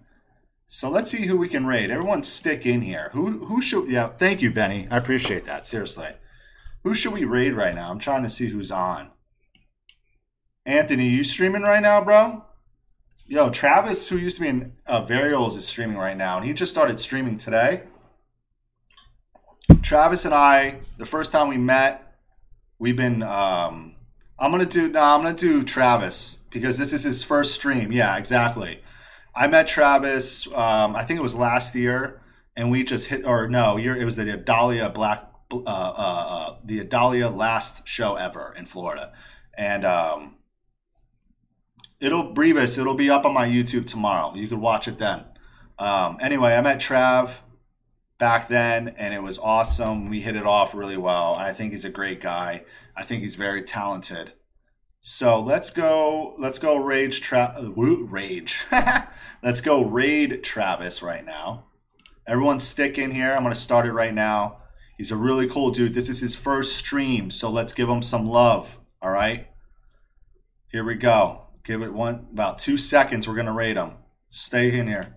So let's see who we can raid. Everyone stick in here. Who who should yeah, thank you, Benny. I appreciate that. Seriously. Who should we raid right now? I'm trying to see who's on. Anthony, you streaming right now, bro? Yo, Travis, who used to be in uh, Varials, is streaming right now, and he just started streaming today. Travis and I, the first time we met, we've been. Um, I'm gonna do. No, I'm gonna do Travis because this is his first stream. Yeah, exactly. I met Travis. Um, I think it was last year, and we just hit. Or no, year, it was the Adalia Black, uh, uh, uh, the Adalia last show ever in Florida, and. Um, it'll Brevis. It'll be up on my YouTube tomorrow. You could watch it then. Um, anyway, I met Trav back then, and it was awesome. We hit it off really well. I think he's a great guy. I think he's very talented. So let's go. Let's go rage Trav. Rage. [laughs] let's go raid Travis right now. Everyone, stick in here. I'm gonna start it right now. He's a really cool dude. This is his first stream, so let's give him some love. All right. Here we go. Give it one about two seconds. We're gonna rate them. Stay in here.